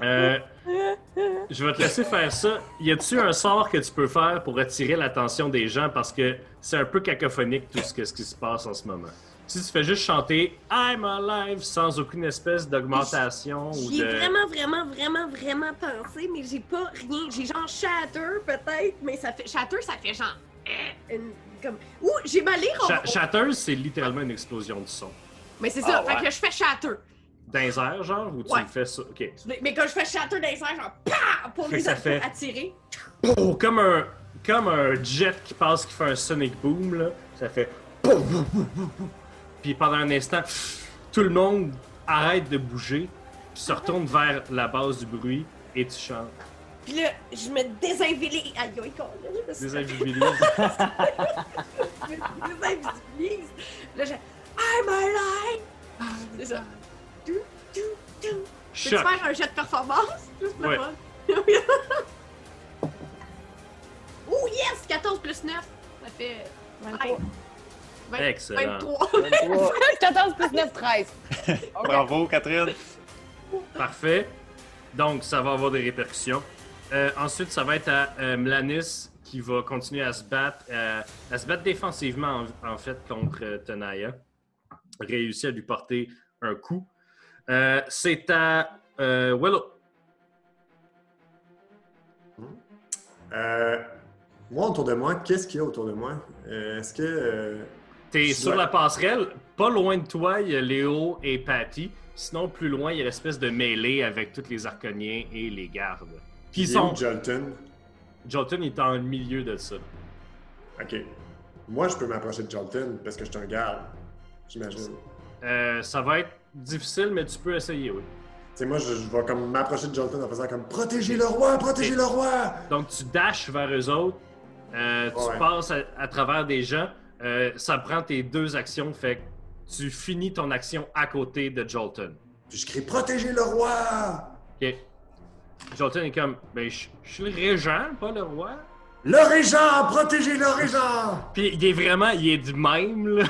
Euh, je vais te laisser faire ça. Y a-tu un sort que tu peux faire pour attirer l'attention des gens parce que c'est un peu cacophonique tout ce, que- ce qui se passe en ce moment. Si tu fais juste chanter I'm alive sans aucune espèce d'augmentation ou j'y ai de. vraiment, vraiment, vraiment, vraiment pensé, mais j'ai pas rien. J'ai genre Shatter peut-être, mais ça fait. Shatter, ça fait genre. euh, une- comme... Ouh, j'ai ma lire en Cha- Chatteuse, c'est littéralement une explosion de son. Mais c'est Ah, ça, fait ouais. que je fais Shatter. D'un air, genre, ou tu Ouais. le fais ça. Ok. Mais quand je fais Shatter dans les airs, genre PAH! Pour Fait que les ça fait- attirer. Pouf! Oh, comme un comme un jet qui passe qui fait un sonic boom là, ça fait pouf! puis pendant un instant tout le monde arrête de bouger, puis se retourne vers la base du bruit et tu chantes. Puis là, je me désinvisibilise. Aïe, aïe, con, là, je me suis Désinvisibilise. désinvisibilise. Là, je. I'm alive! Ah, C'est ça. Tout, tout, tout. Peux-tu Choc. faire un jet de performance? Juste pour Ouais. moi. *laughs* Oh yes! 14 plus 9. Ça fait. aïe, 20 Excellent. 23. *laughs* 14 plus 9, 13. Bravo, Catherine. Parfait. Donc ça va avoir des répercussions. Euh, ensuite ça va être à euh, Mlanis qui va continuer à se battre euh, à se battre défensivement en, en fait contre euh, Tenaya. Réussit à lui porter un coup. Euh, c'est à euh, Willow. Euh, moi, autour de moi, qu'est-ce qu'il y a autour de moi? Euh, Est-ce que. euh, T'es Je sur dois- la passerelle, pas loin de toi, il y a Léo et Patty. Sinon, plus loin, il y a l'espèce de mêlée avec tous les arconiens et les gardes. Qui il est sont. où, Jolton? Jotun est en milieu de ça. OK. Moi, je peux m'approcher de Jolton parce que je suis un garde, j'imagine. Euh, ça va être difficile, mais tu peux essayer, oui. Tu sais, moi, je, je vais comme m'approcher de Jolton en faisant comme Protégez le roi, protégez le roi! Donc, tu dashes vers eux autres, euh, tu Ouais. passes à, à travers des gens, euh, ça prend tes deux actions, fait que tu finis ton action à côté de Jolton. Puis je crie Protégez le roi! Ok. Jolton est comme, ben, je je suis le régent, pas le roi. Le régent! Protégez le régent! Puis il est vraiment, il est du même, là.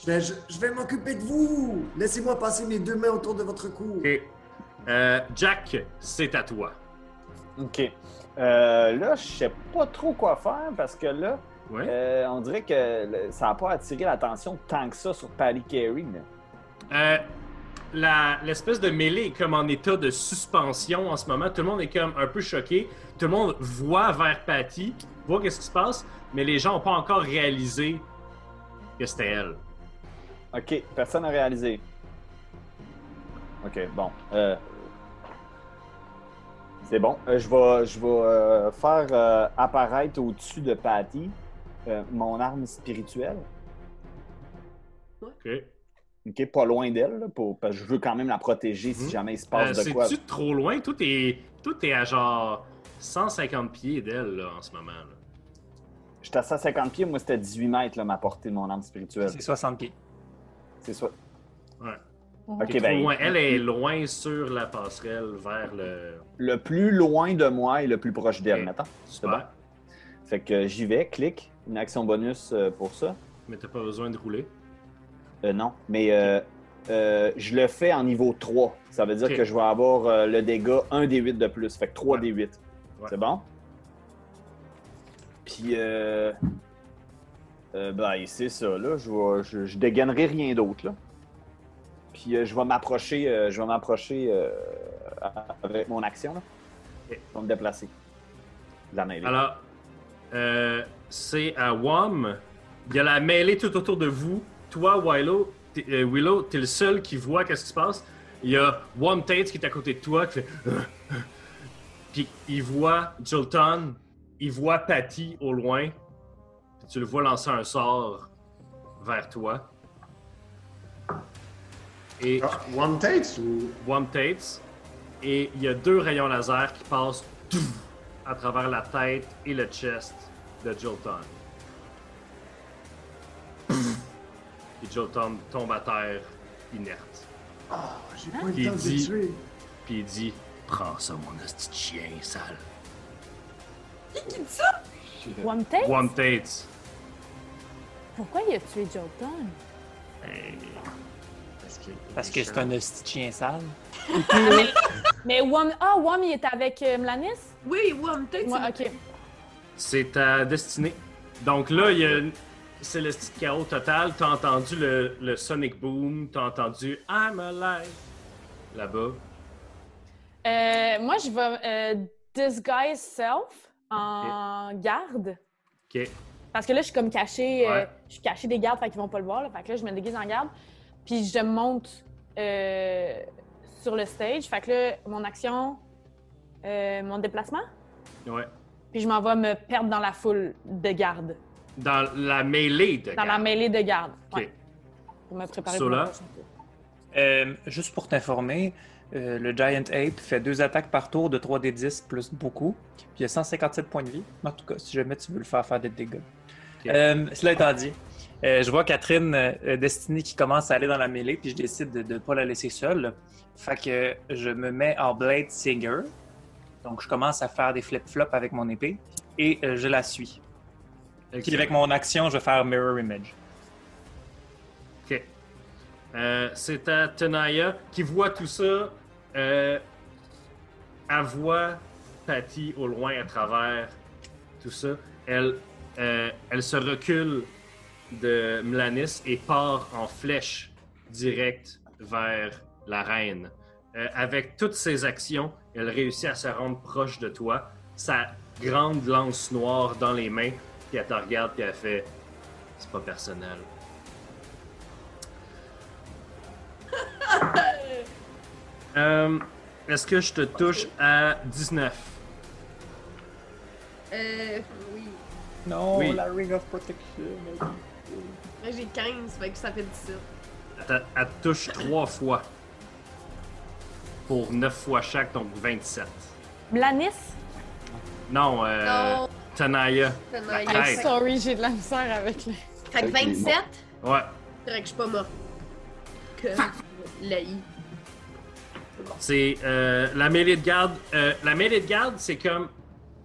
Je vais, je- je vais m'occuper de vous! Laissez-moi passer mes deux mains autour de votre cou! Ok. Euh, Jack, c'est à toi. OK. Euh, là, je sais pas trop quoi faire parce que là, Ouais. euh, on dirait que le- ça n'a pas attiré l'attention tant que ça sur Patty Carey. là. Euh, la- L'espèce de mêlée est comme en état de suspension en ce moment. Tout le monde est comme un peu choqué. Tout le monde voit vers Patty, voit qu'est-ce qui se passe, mais les gens n'ont pas encore réalisé que c'était elle. OK, personne n'a réalisé. OK, bon. euh, C'est bon. Euh, je vais, je vais euh, faire euh, apparaître au-dessus de Patty euh, mon arme spirituelle. Ok. Euh, OK, pas loin d'elle, là, pour... parce que je veux quand même la protéger si Mhm. jamais il se passe de quoi. C'est-tu trop loin? Tout est, tout est à genre 150 pieds d'elle là, en ce moment. là. J'étais à 150 pieds, moi c'était 18 mètres là, ma portée de mon arme spirituelle. C'est 60 pieds. C'est ça. Ouais. Ok, Elle est trop ben, loin. Elle est loin sur la passerelle vers le. le plus loin de moi et le plus proche d'elle, Ok. maintenant. Super. bon. Fait que j'y vais, clique, une action bonus euh, pour ça. Mais t'as pas besoin de rouler. Euh, non, mais euh, euh, je le fais en niveau 3. Ça veut dire Ok. que je vais avoir euh, le dégât 1 des 8 de plus. Fait que 3 Ouais. des 8. Ouais. C'est bon? Puis, euh, euh, ben, c'est ça, là. Je, vais- je, je dégainerai rien d'autre, là. Puis, euh, je vais m'approcher, euh, je vais m'approcher euh, avec mon action, là. Ok. Je vais me déplacer. De la mêlée. Alors, euh, c'est à WAM. Il y a la mêlée tout autour de vous. Toi, Willow, t'es, euh, Willow, t'es le seul qui voit qu'est-ce qui se passe. Il y a WAM Tate qui est à côté de toi qui fait. *laughs* Puis il voit Jolton, il voit Patty au loin. Puis tu le vois lancer un sort vers toi. Et Ah, one Tates ou. Wam Tates. Et il y a deux rayons laser qui passent touf, à travers la tête et le chest de Jolton. Et Jolton tombe à terre, inerte. Ah, j'ai pas eu le Il temps de dit- les tuer. Puis il dit Prends ça, mon hostie de chien sale. One Tape? Wam Tates. Pourquoi il a tué Jolton? Parce que c'est un hostie de chien sale. Mais Wam... Ah, Wam, il est avec euh, Mlanis? Oui, ouais, peut-être. Ouais, c'est- OK. C'est ta destinée. Donc là, il y a une- c'est le style chaos total. T'as entendu le, le Sonic Boom, t'as entendu I'm alive là-bas. Euh, moi, je vais euh, disguise self en garde. Ok. Parce que là, je suis comme cachée. euh, Ouais. je suis cachée des gardes, fait qu'ils vont pas le voir. Là. Fait que là, je me déguise en garde. Puis je monte euh, sur le stage. Fait que là, mon action, euh, mon déplacement. Ouais. Puis je m'en vais me perdre dans la foule de garde. Dans la mêlée de Dans la garde. mêlée de garde. Ok. Ouais, pour me préparer Sola? pour le prochain tour. Euh, juste pour t'informer, euh, le Giant Ape fait deux attaques par tour de 3d10 plus beaucoup. Puis il a 157 points de vie. En tout cas, si jamais tu veux le faire faire des dégâts. Euh, cela étant dit, euh, je vois Catherine euh, euh, Destinée qui commence à aller dans la mêlée, puis je décide de ne pas la laisser seule. Fait que je me mets en Blade Singer. Donc je commence à faire des flip-flops avec mon épée et euh, je la suis. Puis Excellent. avec mon action, je vais faire Mirror Image. Ok. Euh, c'est à Tenaya qui voit tout ça. Euh, elle voit Patty au loin à travers tout ça. Elle, euh, elle se recule de Mlanis et part en flèche directe vers la reine. Euh, avec toutes ses actions, elle réussit à se rendre proche de toi. Sa grande lance noire dans les mains, puis elle te regarde, puis elle fait C'est pas personnel. Euh, Est-ce que je te touche à 19? Euh, oui. Non, Oui. la Ring of Protection. Là, j'ai 15, fait que ça fait 17. Elle te- elle te touche 3 fois. Pour 9 fois chaque, donc 27. Mlanis? Non, euh, Non, Tanaya. Tanaya. La I'm tête. sorry, j'ai de la misère avec lui. Fait que 27, Ouais, c'est vrai que je suis pas morte. Que la I. c'est euh, la mêlée de garde. euh, la mêlée de garde, c'est comme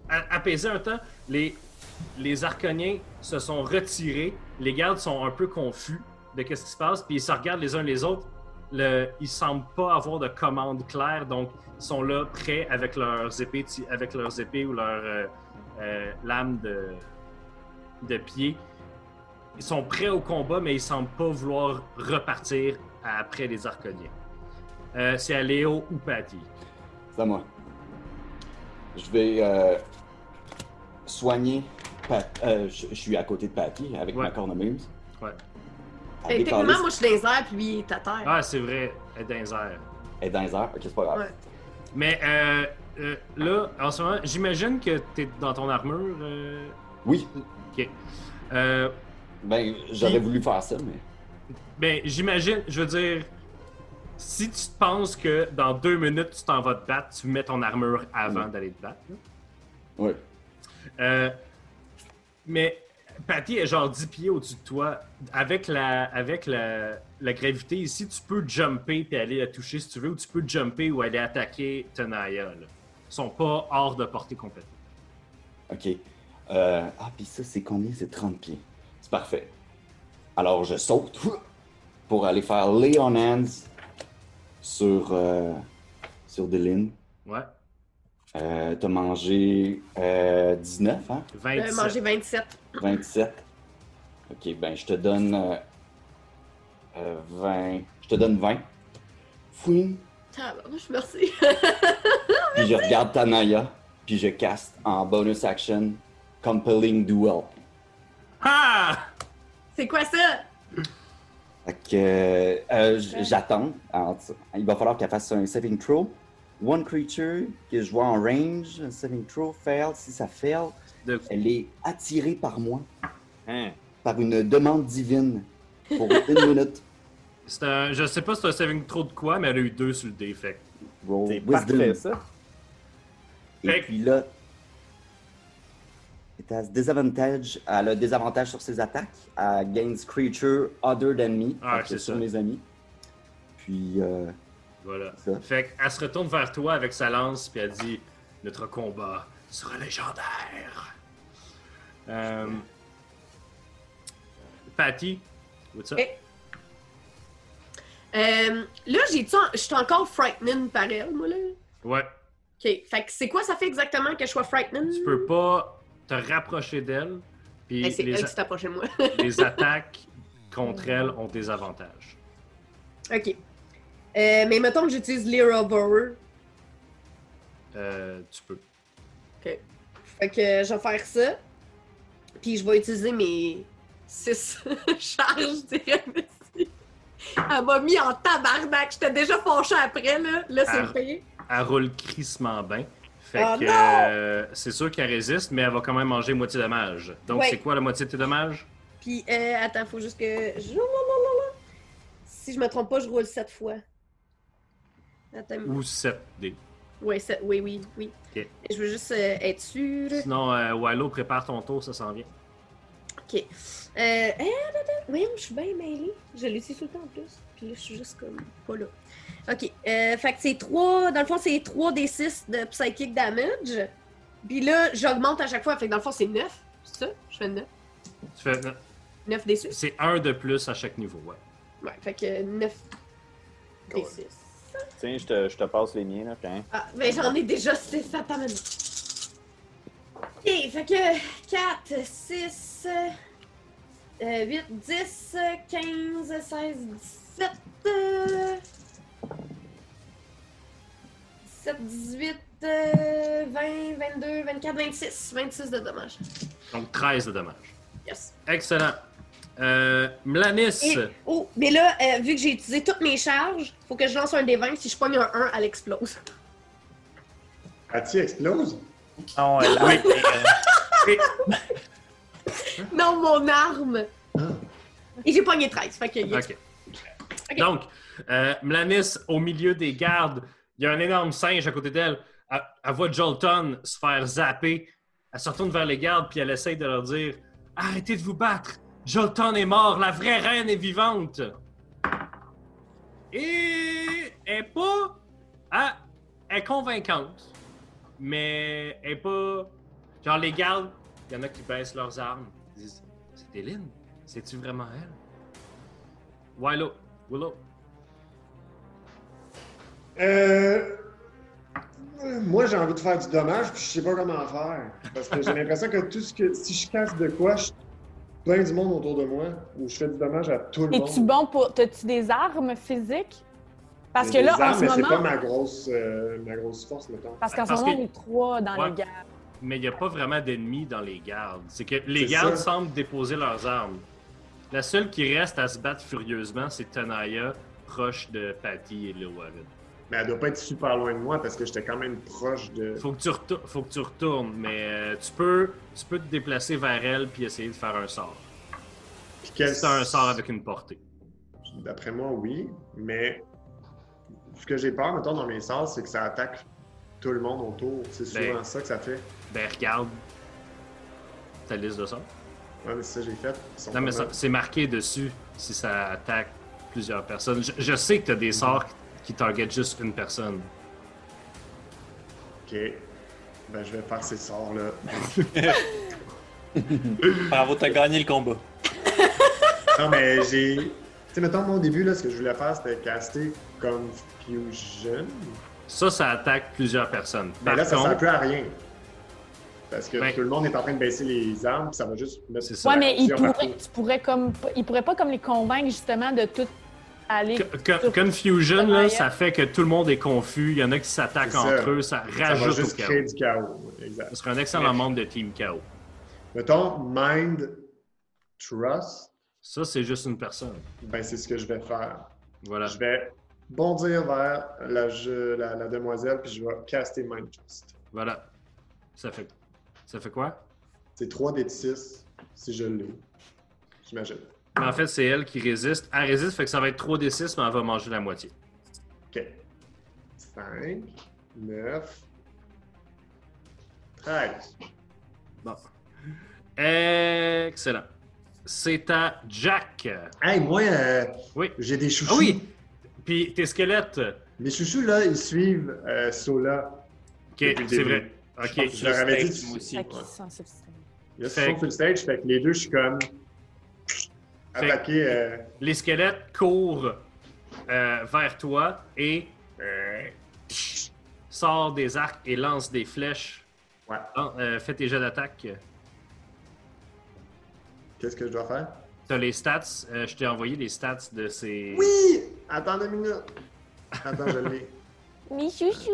a- apaiser un temps. Les, les arconiens se sont retirés. Les gardes sont un peu confus de qu'est-ce qui se passe, puis ils se regardent les uns les autres. Le, ils semblent pas avoir de commande claire, donc ils sont là prêts avec leurs épées, ti- avec leurs épées ou leurs euh, euh, lames de, de pied. Ils sont prêts au combat, mais ils semblent pas vouloir repartir après les arconiens. Euh, c'est à Léo ou Patty. C'est à moi. Je vais euh, soigner. Pat- euh, je, je suis à côté de Patty avec Ouais. ma cornemuse. Ouais. Fait Elle que est parlée, Ben, techniquement, moi, je suis dans les airs, puis lui, il est à terre. Ah, c'est vrai, elle est dans les airs. elle est dans les airs. Ok, c'est pas grave. Ouais. Mais euh, euh, là, en ce moment, j'imagine que t'es dans ton armure. euh, Oui, Ok. Euh, ben j'aurais Puis- voulu faire ça, mais. ben, j'imagine, je veux dire, si tu te penses que dans deux minutes tu t'en vas te battre, tu mets ton armure avant d'aller te battre. là. Oui. Euh, mais Patty est genre 10 pieds au-dessus de toi. Avec la, avec la, la gravité ici, tu peux jumper et aller la toucher si tu veux, ou tu peux jumper ou aller attaquer Tenaya. là. Ils sont pas hors de portée complètement. OK. Euh, ah, puis ça, c'est combien? C'est 30 pieds. C'est parfait. Alors, je saute *laughs* pour aller faire Lay on Hands sur, euh, sur Dylan. Ouais. Euh, T'as mangé euh, 19, hein? Euh, 27. manger 27. 27. OK, ben, je te donne euh, euh, 20. Je te donne 20. Fouine. Ah, bon, je merci. Puis je regarde Tanaya. Puis je caste en bonus action Compelling Duel. Ah! *laughs* C'est quoi ça? Fait que euh, j- j'attends. Alors, tu- Il va falloir qu'elle fasse un saving throw. One creature que je vois en range, un saving throw fail. Si ça fail, De- elle est attirée par moi, Hein? *laughs* par une demande divine pour une minute. C'est un- je sais pas si c'est un saving trop de quoi, mais elle a eu deux sur le dé, fait que- Roll C'est wisdom. parfait, ça. Et puis là, elle a disadvantage, elle a désavantage sur ses attaques. Elle gains creature other than me. Ah, Fait que c'est sur ça. mes amis. Puis, euh, voilà. ça. Fait qu'elle se retourne vers toi avec sa lance, puis elle dit Notre combat sera légendaire. Euh, Patty, what's up? Eh. Euh, là, j'ai-tu en- je suis encore frightened par elle, moi, là. Ouais, OK. Fait que c'est quoi ça fait exactement que je sois frightened? tu peux pas te rapprocher d'elle, puis Hey, Ben, c'est les, elle a- qui s'approche de moi. *laughs* les attaques contre elle ont des avantages. OK. Euh, mais mettons que j'utilise l'Era Borrower. Euh, tu peux. Fait que euh, je vais faire ça. Puis je vais utiliser mes 6 *laughs* charges d'Irenessie. Elle m'a mis en tabarnak. J'étais déjà fâchée après, là. Là, c'est Ah. le pire. Elle roule crissement bien. Fait Oh que non! euh, c'est sûr qu'elle résiste, mais elle va quand même manger moitié dommage. Donc Ouais. c'est quoi la moitié de tes dommages? Puis, euh, attends, faut juste que. je- non, non, non, non. Si je me trompe pas, je roule 7 fois. Attends. Ou 7 dés. Ouais, sept- oui, oui, oui. Hmm. Ok. Je veux juste euh, être sûre. Sinon, euh, Wallo, prépare ton tour, ça s'en vient. Ok. Euh, hein, attends, attends. Voyons, je suis bien mêlée. Je l'utilise tout le temps en plus. Puis là, je suis juste comme pas là. Ok. Euh, fait que c'est 3. Dans le fond, c'est 3 des 6 de psychic damage. Puis là, j'augmente à chaque fois. Fait que dans le fond, c'est 9. C'est ça? Je fais 9. Tu fais- 9 des 6. C'est un de plus à chaque niveau, ouais. Ouais, fait que 9 des 6. Tiens, je te, je te passe les miens, là, puis, hein. Ah, ben j'en ai déjà 6. Attends, maintenant. Ok, fait que euh, 4, 6, 8, 10, 15, 16, 17. euh, 17, 18, euh, 20, 22, 24, 26. 26 de dommages. Donc 13 de dommages. Yes. Excellent. Euh, Mlanis, Et, oh, mais là, euh, vu que j'ai utilisé toutes mes charges, faut que je lance un des 20. Si je pogne un 1, elle explose. Patty explose. Non, elle- oui, mais, euh, Non, mon arme! Et j'ai pogné 13. Fait que. OK. Donc, euh, Mlanis, au milieu des gardes, il y a un énorme singe à côté d'elle. Elle, elle voit Jolton se faire zapper. Elle se retourne vers les gardes, puis elle essaye de leur dire Arrêtez de vous battre Jolton est mort, la vraie reine est vivante Et elle est pas. Elle, elle est convaincante, mais elle est pas. Genre, les gardes, il y en a qui baissent leurs armes. Ils disent C'est Eline C'est-tu vraiment elle Willow, Willow. Euh, euh, moi, j'ai envie de faire du dommage, puis je sais pas comment faire. Parce que j'ai l'impression que tout ce que. Si je casse de quoi, je plein du monde autour de moi, ou je fais du dommage à tout le Es-tu monde. bon pour. T'as-tu des armes physiques? Parce que J'ai là, des en armes, ce mais c'est pas moment. ma grosse, euh, ma grosse force, mettons. Parce qu'en ce Parce moment, que- on est trois dans Ouais. les gardes. Mais il n'y a pas vraiment d'ennemis dans les gardes. C'est que les C'est gardes ça. semblent déposer leurs armes. La seule qui reste à se battre furieusement, c'est Tanaya, proche de Patty et Lil Warren. Mais elle doit pas être super loin de moi, parce que j'étais quand même proche de. Faut que tu, retour- faut que tu retournes, mais euh, tu, peux, tu peux te déplacer vers elle puis essayer de faire un sort. Puis quel- C'est un sort avec une portée. D'après moi, oui, mais ce que j'ai peur, mettons, dans mes sorts, c'est que ça attaque tout le monde autour. C'est souvent Ben. ça que ça fait. Ben regarde ta liste de sorts. Ouais, mais c'est ça que j'ai fait. Ils sont Non, mais ça- vraiment- c'est marqué dessus si ça attaque plusieurs personnes. Je, je sais que tu as des sorts qui- qui targetent juste une personne. Ok. Ben, je vais faire ces sorts-là. *coughs* bravo, t'as gagné le combat. non, *laughs* mais j'ai. Tu sais, mettons, mon début, là, ce que je voulais faire, c'était caster Confusion. Ça, ça attaque plusieurs personnes. Mais Par là, ça sert contre, plus à rien. Parce que Ben. tout le monde est en train de baisser les armes, puis ça va juste mettre. C'est ça. Ouais, mais ils Plusieurs pourraient, tu pourrais comme. Ils pourraient pas comme les convaincre justement de tout aller. co- co- confusion, là, ça fait que tout le monde est confus. Il y en a qui s'attaquent C'est ça. entre eux. Ça Ça va rajoute au juste chaos. créer du chaos. Exact. Ce serait un excellent membre de Team Chaos. Mettons, Mind Trust. Ça, c'est juste une personne. Ben, c'est ce que je vais faire. Voilà. Je vais bondir vers la, je- la, la demoiselle, puis je vais caster Mind Trust. Voilà. Ça fait, ça fait quoi? C'est 3 des 6 si je l'ai. J'imagine. Mais en fait, c'est elle qui résiste. Elle résiste, fait que ça va être 3d6, mais elle va manger la moitié. OK. 5, 9, 13. Excellent. C'est à Jack. Hey, moi, euh, Oui. j'ai des chouchous. Ah oui! Puis tes squelettes. Mes chouchous, là, ils suivent euh, Sola. Ok, Depuis le c'est début. vrai. Je Ok. pense que je leur avais dit. Moi aussi. Fait qu'ils sont substitués. Ils Fait sont que- sur le stage, fait que les deux, je suis comme. Attaqué. euh, Les squelettes courent euh, vers toi et euh, sortent des arcs et lancent des flèches. Ouais. Lan- euh, fais tes jets d'attaque. Qu'est-ce que je dois faire? T'as les stats. euh, je t'ai envoyé les stats de ces. Oui! Attends deux minutes. Attends, je l'ai. Mes chouchous!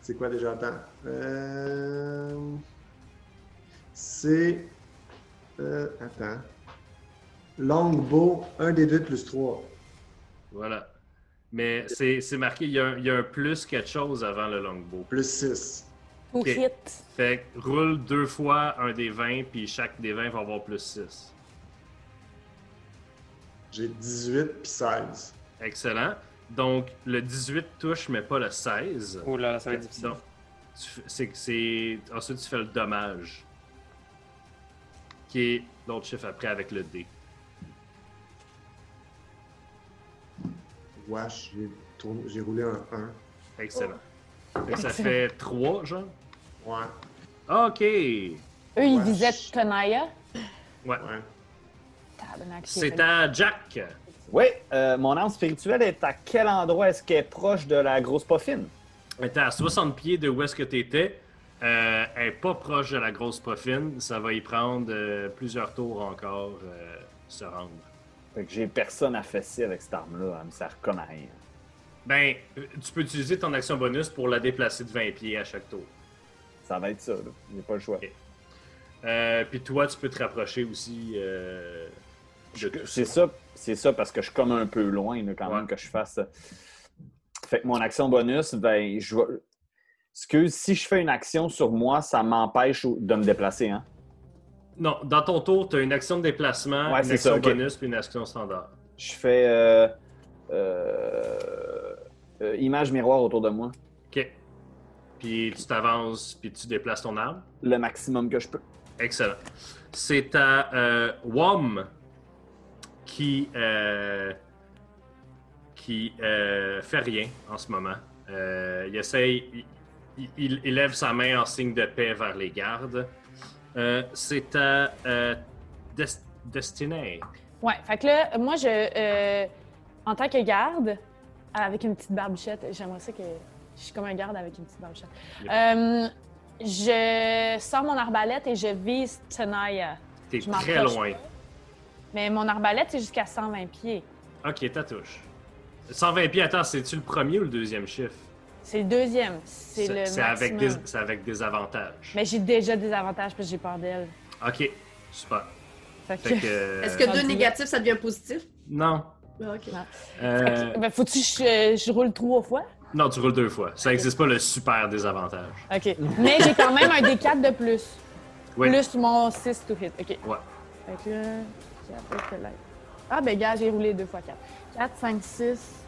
C'est quoi déjà? Attends. Euh... C'est. Euh, attends. Longbow, 1 des 2 plus 3. Voilà. Mais c'est c'est marqué, il y, a un, il y a un plus quelque chose avant le longbow. Plus 6. Tout Ok. hit. Fait que roule deux fois un des 20, puis chaque des 20 va avoir plus 6. J'ai 18 puis 16. Excellent. Donc, le 18 touche, mais pas le 16. Oh là là, ça va être difficile. Donc, tu fais- c'est que c'est- Ensuite, tu fais le dommage. Qui est l'autre chiffre après avec le dé. Wesh, j'ai tourné- j'ai roulé un 1. Excellent. Fait que ça Excellent. fait 3, genre. Ouais, OK. Ouais. Eux, ils Ouais. disaient Tenaya. ouais. Tabarnak, C'est vrai. à Jack. Oui, euh, mon âme spirituelle est à quel endroit est-ce qu'elle est proche de la grosse poffine? Elle était à 60 pieds de où est-ce que tu étais. elle n'est pas proche de la grosse profine. Ça va y prendre euh, plusieurs tours encore euh, se rendre. Fait que j'ai personne à fesser avec cette arme-là, elle me sert comme à rien. Ben, euh, tu peux utiliser ton action bonus pour la déplacer de 20 pieds à chaque tour. Ça va être ça, là. J'ai pas le choix. Euh, Puis toi, tu peux te rapprocher aussi euh, de tout C'est ça, c'est ça parce que je suis comme un peu loin là, quand Ouais. même que je fasse. ça. Fait que mon action bonus, ben je vais. Excuse, si je fais une action sur moi, ça m'empêche au- de me déplacer, hein? Non, dans ton tour, tu as une action de déplacement, Ouais, une c'est action ça, ok. bonus puis une action standard. Je fais euh, euh, euh, image miroir autour de moi, OK. Puis tu t'avances, puis tu déplaces ton arme. le maximum que je peux. Excellent. C'est à euh, Wom qui, euh, qui euh, fait rien en ce moment. Euh, il essaye, il, il- il lève sa main en signe de paix vers les gardes. Euh, C'est à euh, Des- Destiné. Ouais, fait que là, moi, je, euh, en tant que garde, avec une petite barbichette, j'aimerais ça que je suis comme un garde avec une petite barbichette. Yep. Euh, je sors mon arbalète et je vise Tenaya. T'es Je m'en très rapproche loin. Mais mon arbalète, c'est jusqu'à 120 pieds. Ok, ta touche. 120 pieds, attends, c'est-tu le premier ou le deuxième chiffre? C'est le deuxième. C'est le C'est avec, des, maximum. c'est avec des avantages. Mais j'ai déjà des avantages parce que j'ai peur d'elle. Ok, super. Fait que... Fait *laughs* que, euh, Est-ce que rendu deux là. négatifs, ça devient positif? Non. Ah, OK. Euh, Ben, faut-tu que je, je roule trois fois? Non, tu roules deux fois. Ça n'existe pas le super désavantage. *laughs* OK. Mais j'ai quand même un D4 de plus. Oui. Plus mon 6 to hit. OK. Ouais. Fait que là, j'ai appris que là- Ah, ben, gars, j'ai roulé deux fois 4. 4, 5, 6.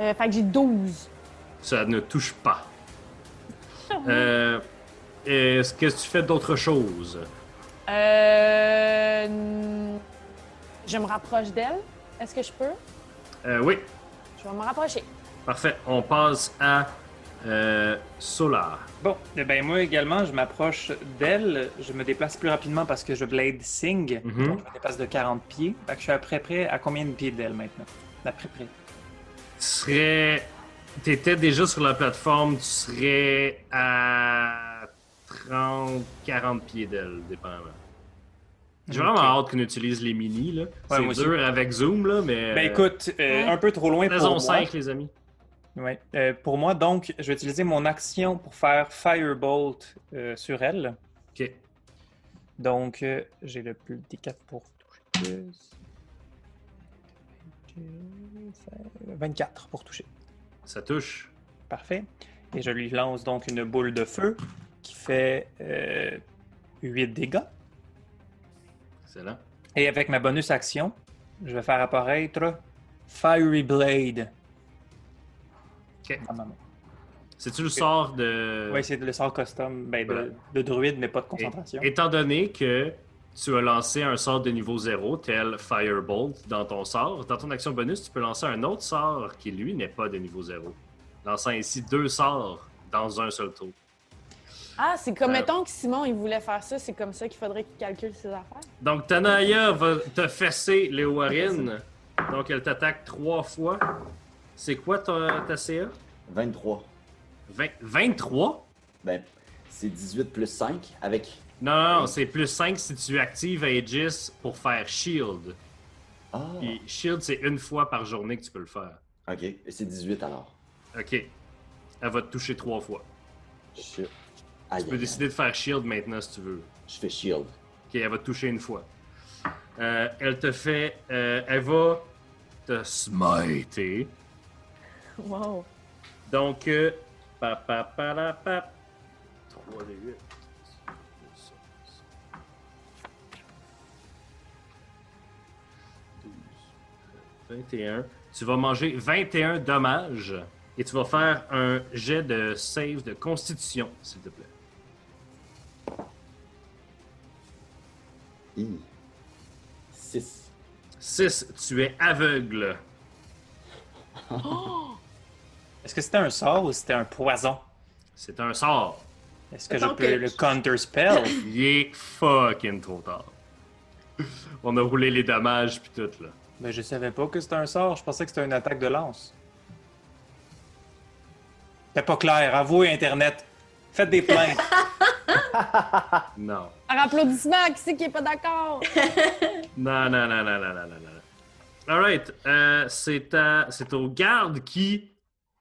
Euh, fait que j'ai 12. Ça ne touche pas. Euh, Est-ce que tu fais d'autres choses? Euh. Je me rapproche d'elle. Est-ce que je peux? Euh, oui, Je vais me rapprocher. parfait. On passe à euh, Solar. Bon, eh ben moi également, je m'approche d'elle. Je me déplace plus rapidement parce que je blade sing. Mhm. Donc, je me déplace de 40 pieds. Fait que je suis à près près à combien de pieds d'elle maintenant? À près près. Tu serais. Tu étais déjà sur la plateforme, tu serais à 30, 40 pieds d'elle, dépendamment. J'ai vraiment Ok. hâte qu'on utilise les mini. là. C'est moi aussi. dur avec Zoom, là, mais. Ben écoute, euh, ouais. un peu trop loin pour Saison moi. 5, les amis. Ouais. Euh, pour moi, donc, je vais utiliser mon action pour faire Firebolt euh, sur elle. Ok. Donc, euh, j'ai le plus des 4 pour toucher. 24 pour toucher. Ça touche. Parfait. Et je lui lance donc une boule de feu qui fait 8 dégâts. Excellent. Et avec ma bonus action, je vais faire apparaître Fiery Blade. Ok. Dans ma main. C'est-tu le sort de. Oui, c'est le sort custom ben, Voilà. de, de druide, mais pas de concentration. Étant donné que tu as lancé un sort de niveau 0, tel Firebolt, dans ton sort, dans ton action bonus, tu peux lancer un autre sort qui, lui, n'est pas de niveau 0. Lançant ainsi deux sorts dans un seul tour. Ah, c'est comme, Euh, mettons que Simon, il voulait faire ça, c'est comme ça qu'il faudrait qu'il calcule ses affaires. Donc, Tanaya va te fesser les Warren. Donc, elle t'attaque trois fois. C'est quoi ta, ta CA? 23. Vingt- 23? Ben, c'est 18 plus 5 avec. Non, non, non, c'est plus 5 si tu actives Aegis pour faire Shield. Ah, Puis Shield, c'est une fois par journée que tu peux le faire. ok. C'est 18 alors. OK. Elle va te toucher trois fois. Shit. Aïe, Tu peux aïe, décider de faire shield maintenant si tu veux. aïe. Je fais shield. Ok, elle va te toucher une fois. Euh, elle te fait. euh, elle va te smiter. Wow. Donc. Euh, pa, pa, pa, la, pa. 3 d 8. Tu vas manger 21 dommages et tu vas faire un jet de save de constitution, s'il te plaît. Hi. 6. 6. Tu es aveugle. Est-ce que c'était un sort ou c'était un poison? C'est un sort. Est-ce que je Attends peux que- le counter *coughs* spell? Il est fucking trop tard. *laughs* On a roulé les dommages puis tout là. Mais Ben, je savais pas que c'était un sort. Je pensais que c'était une attaque de lance. C'était pas clair. Avouez, Internet. Faites *laughs* des plaintes. Non. Par applaudissement, qui c'est qui est pas d'accord? Non, non, non, non, non, non, non, non. Alright, c'est à- c'est au garde qui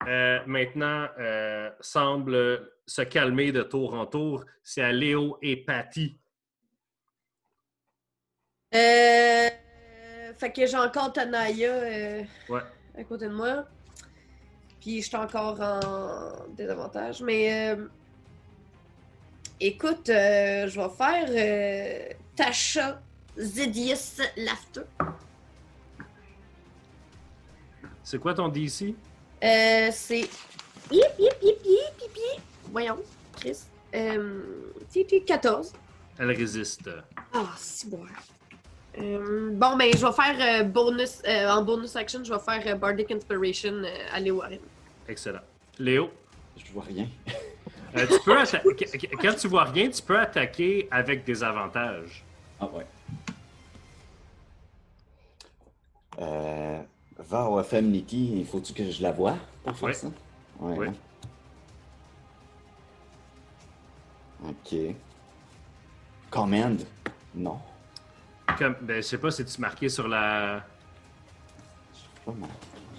euh, maintenant euh, semble se calmer de tour en tour. C'est à Léo et Patty. Euh, fait que j'ai encore Tanaya euh, Ouais. à côté de moi. Puis je suis encore en désavantage. Mais euh, écoute, euh, je vais faire euh, Tasha Zidius Laughter. C'est quoi ton DC? Euh, c'est. Hip, hip, hip, hip, hip, hip. Voyons, Chris. Euh, ti, ti, 14. Elle résiste. Ah, si bon. Euh, bon, ben, je vais faire euh, bonus. euh, en bonus action, je vais faire euh, Bardic Inspiration euh, à Léo Warren. Excellent. Léo, Je vois rien. euh, tu peux atta- *laughs* qu- qu- quand tu vois rien, tu peux attaquer avec des avantages. Ah ouais. Euh, va au FM Nikki, faut-tu que je la voie pour faire Ouais. ça? Ouais. Ouais. hein? Ok. Command? Non. Comme, ben, je sais pas si tu marquais sur la. Pas mal.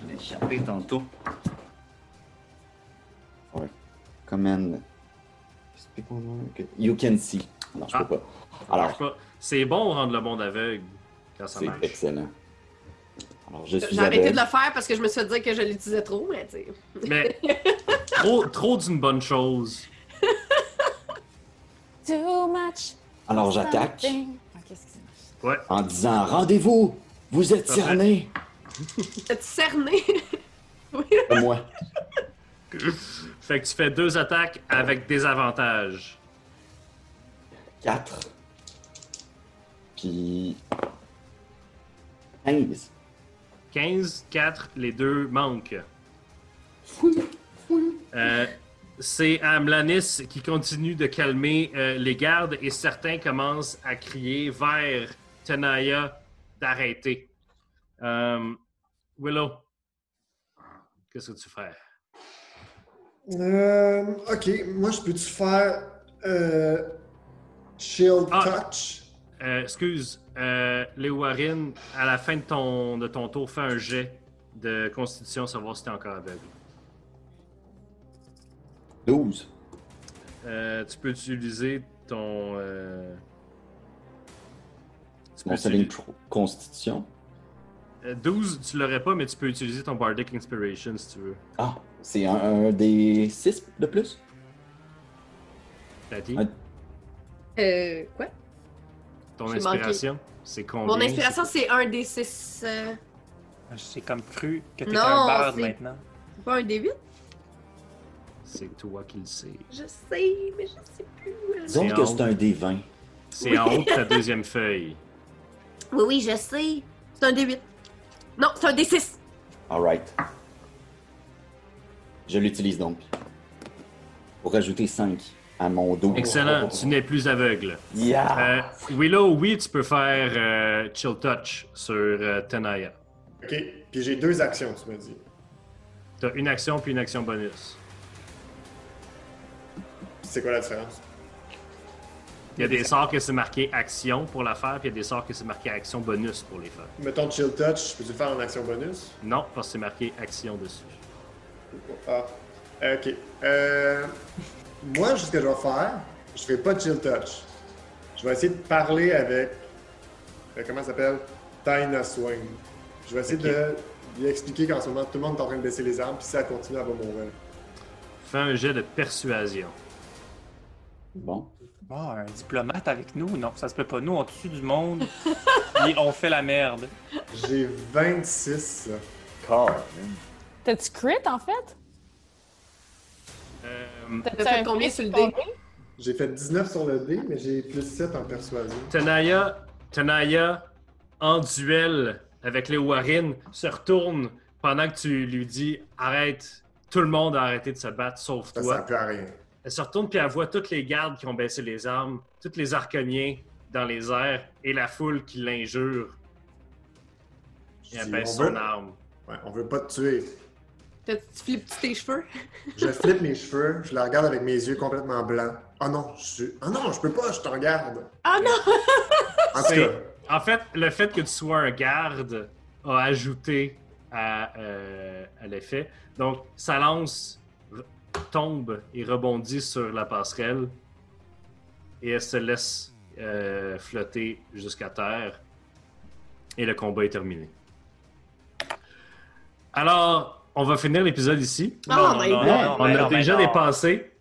Je l'ai échappé tantôt. Ouais. Command. Speak on air. Ok. You can see. Non, Ah. je peux pas. Alors, Alors, c'est bon de rendre le monde aveugle quand ça c'est marche. excellent. Alors, je suis J'ai arrêté aveugle. de le faire parce que je me suis dit que je l'utilisais trop, mais tu sais. Mais trop, trop d'une bonne chose. *laughs* Too much. Alors, j'attaque something. Ok, excusez-moi. Ouais. en disant Rendez-vous! Vous êtes Parfait. cerné! T'as-tu cerné? *laughs* Comme moi. Fait que tu fais deux attaques avec des avantages. 4. Puis 15. 15, 4, les deux manquent. Euh, c'est à Mlanis qui continue de calmer euh, les gardes et certains commencent à crier vers Tenaya d'arrêter. Euh, Willow, qu'est-ce que tu fais? Euh, ok, moi je peux-tu faire euh, Shield Ah. Touch? Euh, excuse, euh, Léo Warren, à la fin de ton, de ton tour, fais un jet de constitution, savoir si t'es encore aveugle. 12. Euh, tu peux utiliser ton. euh, tu peux Mon saving utiliser- pro- constitution. euh, 12, tu l'aurais pas, mais tu peux utiliser ton Bardic Inspiration si tu veux. Ah, c'est un, un des 6 de plus? Tati, Ah, Euh, quoi? ton j'ai inspiration. C'est combien? Mon inspiration, c'est un des euh, 6. J'ai comme cru que t'étais Non, un barde c'est- maintenant. C'est pas un des 8? C'est toi qui le sais. Je sais, mais je sais plus. hein. Disons que c'est un D20. C'est Oui. en haut de ta deuxième feuille. Oui, oui, je sais. C'est un des 8. Non, c'est un des 6. Alright. Je l'utilise donc. Pour rajouter 5 à mon dos. Excellent, tu n'es plus aveugle. Ah. Yeah! Euh, Willow, oui, tu peux faire euh, Chill Touch sur euh, Tenaya. OK. Puis j'ai deux actions, tu me dis. Tu as une action puis une action bonus. Puis c'est quoi la différence? Il y a des sorts que c'est marqué action pour la faire, puis il y a des sorts que c'est marqué action bonus pour les faire. Mettons Chill Touch, peux-tu le faire en action bonus? Non, parce que c'est marqué action dessus. Ah, ok. Euh, moi, ce que je vais faire, je ferai pas de chill touch. Je vais essayer de parler avec. euh, comment ça s'appelle Taina Swain. Je vais essayer de lui expliquer qu'en ce moment, tout le monde est en train de baisser les armes, puis si elle continue, elle va mourir. Fais un jet de persuasion. Bon. Wow, un diplomate avec nous? Non, ça se peut pas. Nous, on tue du *laughs* monde et on fait la merde. J'ai 26. Car. T'as-tu crit, en fait? Euh, T'as fait combien sur le dé? J'ai fait 19 sur le dé, mais j'ai plus 7 en persuasion. Tenaya, Tenaya, en duel avec les Warren, se retourne pendant que tu lui dis arrête, tout le monde a arrêté de se battre sauf Ça toi. sert plus à rien. Elle se retourne puis elle voit toutes les gardes qui ont baissé les armes, tous les arcaniens dans les airs et la foule qui l'injure. Je Et elle dis, baisse on veut- son arme. Ouais, on veut pas te tuer. T'as- Tu flippes tes cheveux? Je flippe mes *laughs* cheveux, je la regarde avec mes yeux complètement blancs. Ah non, je suis. Ah non, je peux pas, je te regarde. Ah non! En tout C'est- cas, En fait, le fait que tu sois un garde a ajouté à, euh, à l'effet. Donc, sa lance re- tombe et rebondit sur la passerelle et elle se laisse euh, flotter jusqu'à terre. Et le combat est terminé. Alors, on va finir l'épisode ici. Oh my God. non, On ben a non, ben déjà non. dépassé.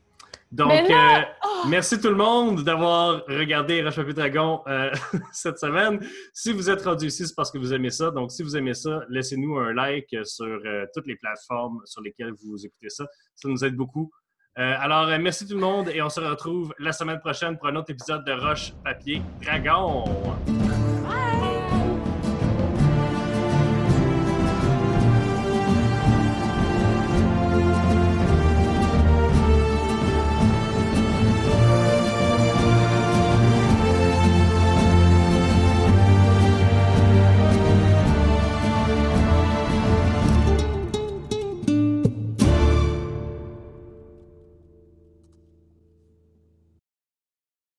Donc, Mais là- oh! euh, merci tout le monde d'avoir regardé Roche Papier Dragon euh, *laughs* cette semaine. Si vous êtes rendu ici, c'est parce que vous aimez ça. Donc, si vous aimez ça, laissez-nous un like sur euh, toutes les plateformes sur lesquelles vous écoutez ça. Ça nous aide beaucoup. Euh, alors, euh, merci tout le monde et on se retrouve la semaine prochaine pour un autre épisode de Roche Papier Dragon.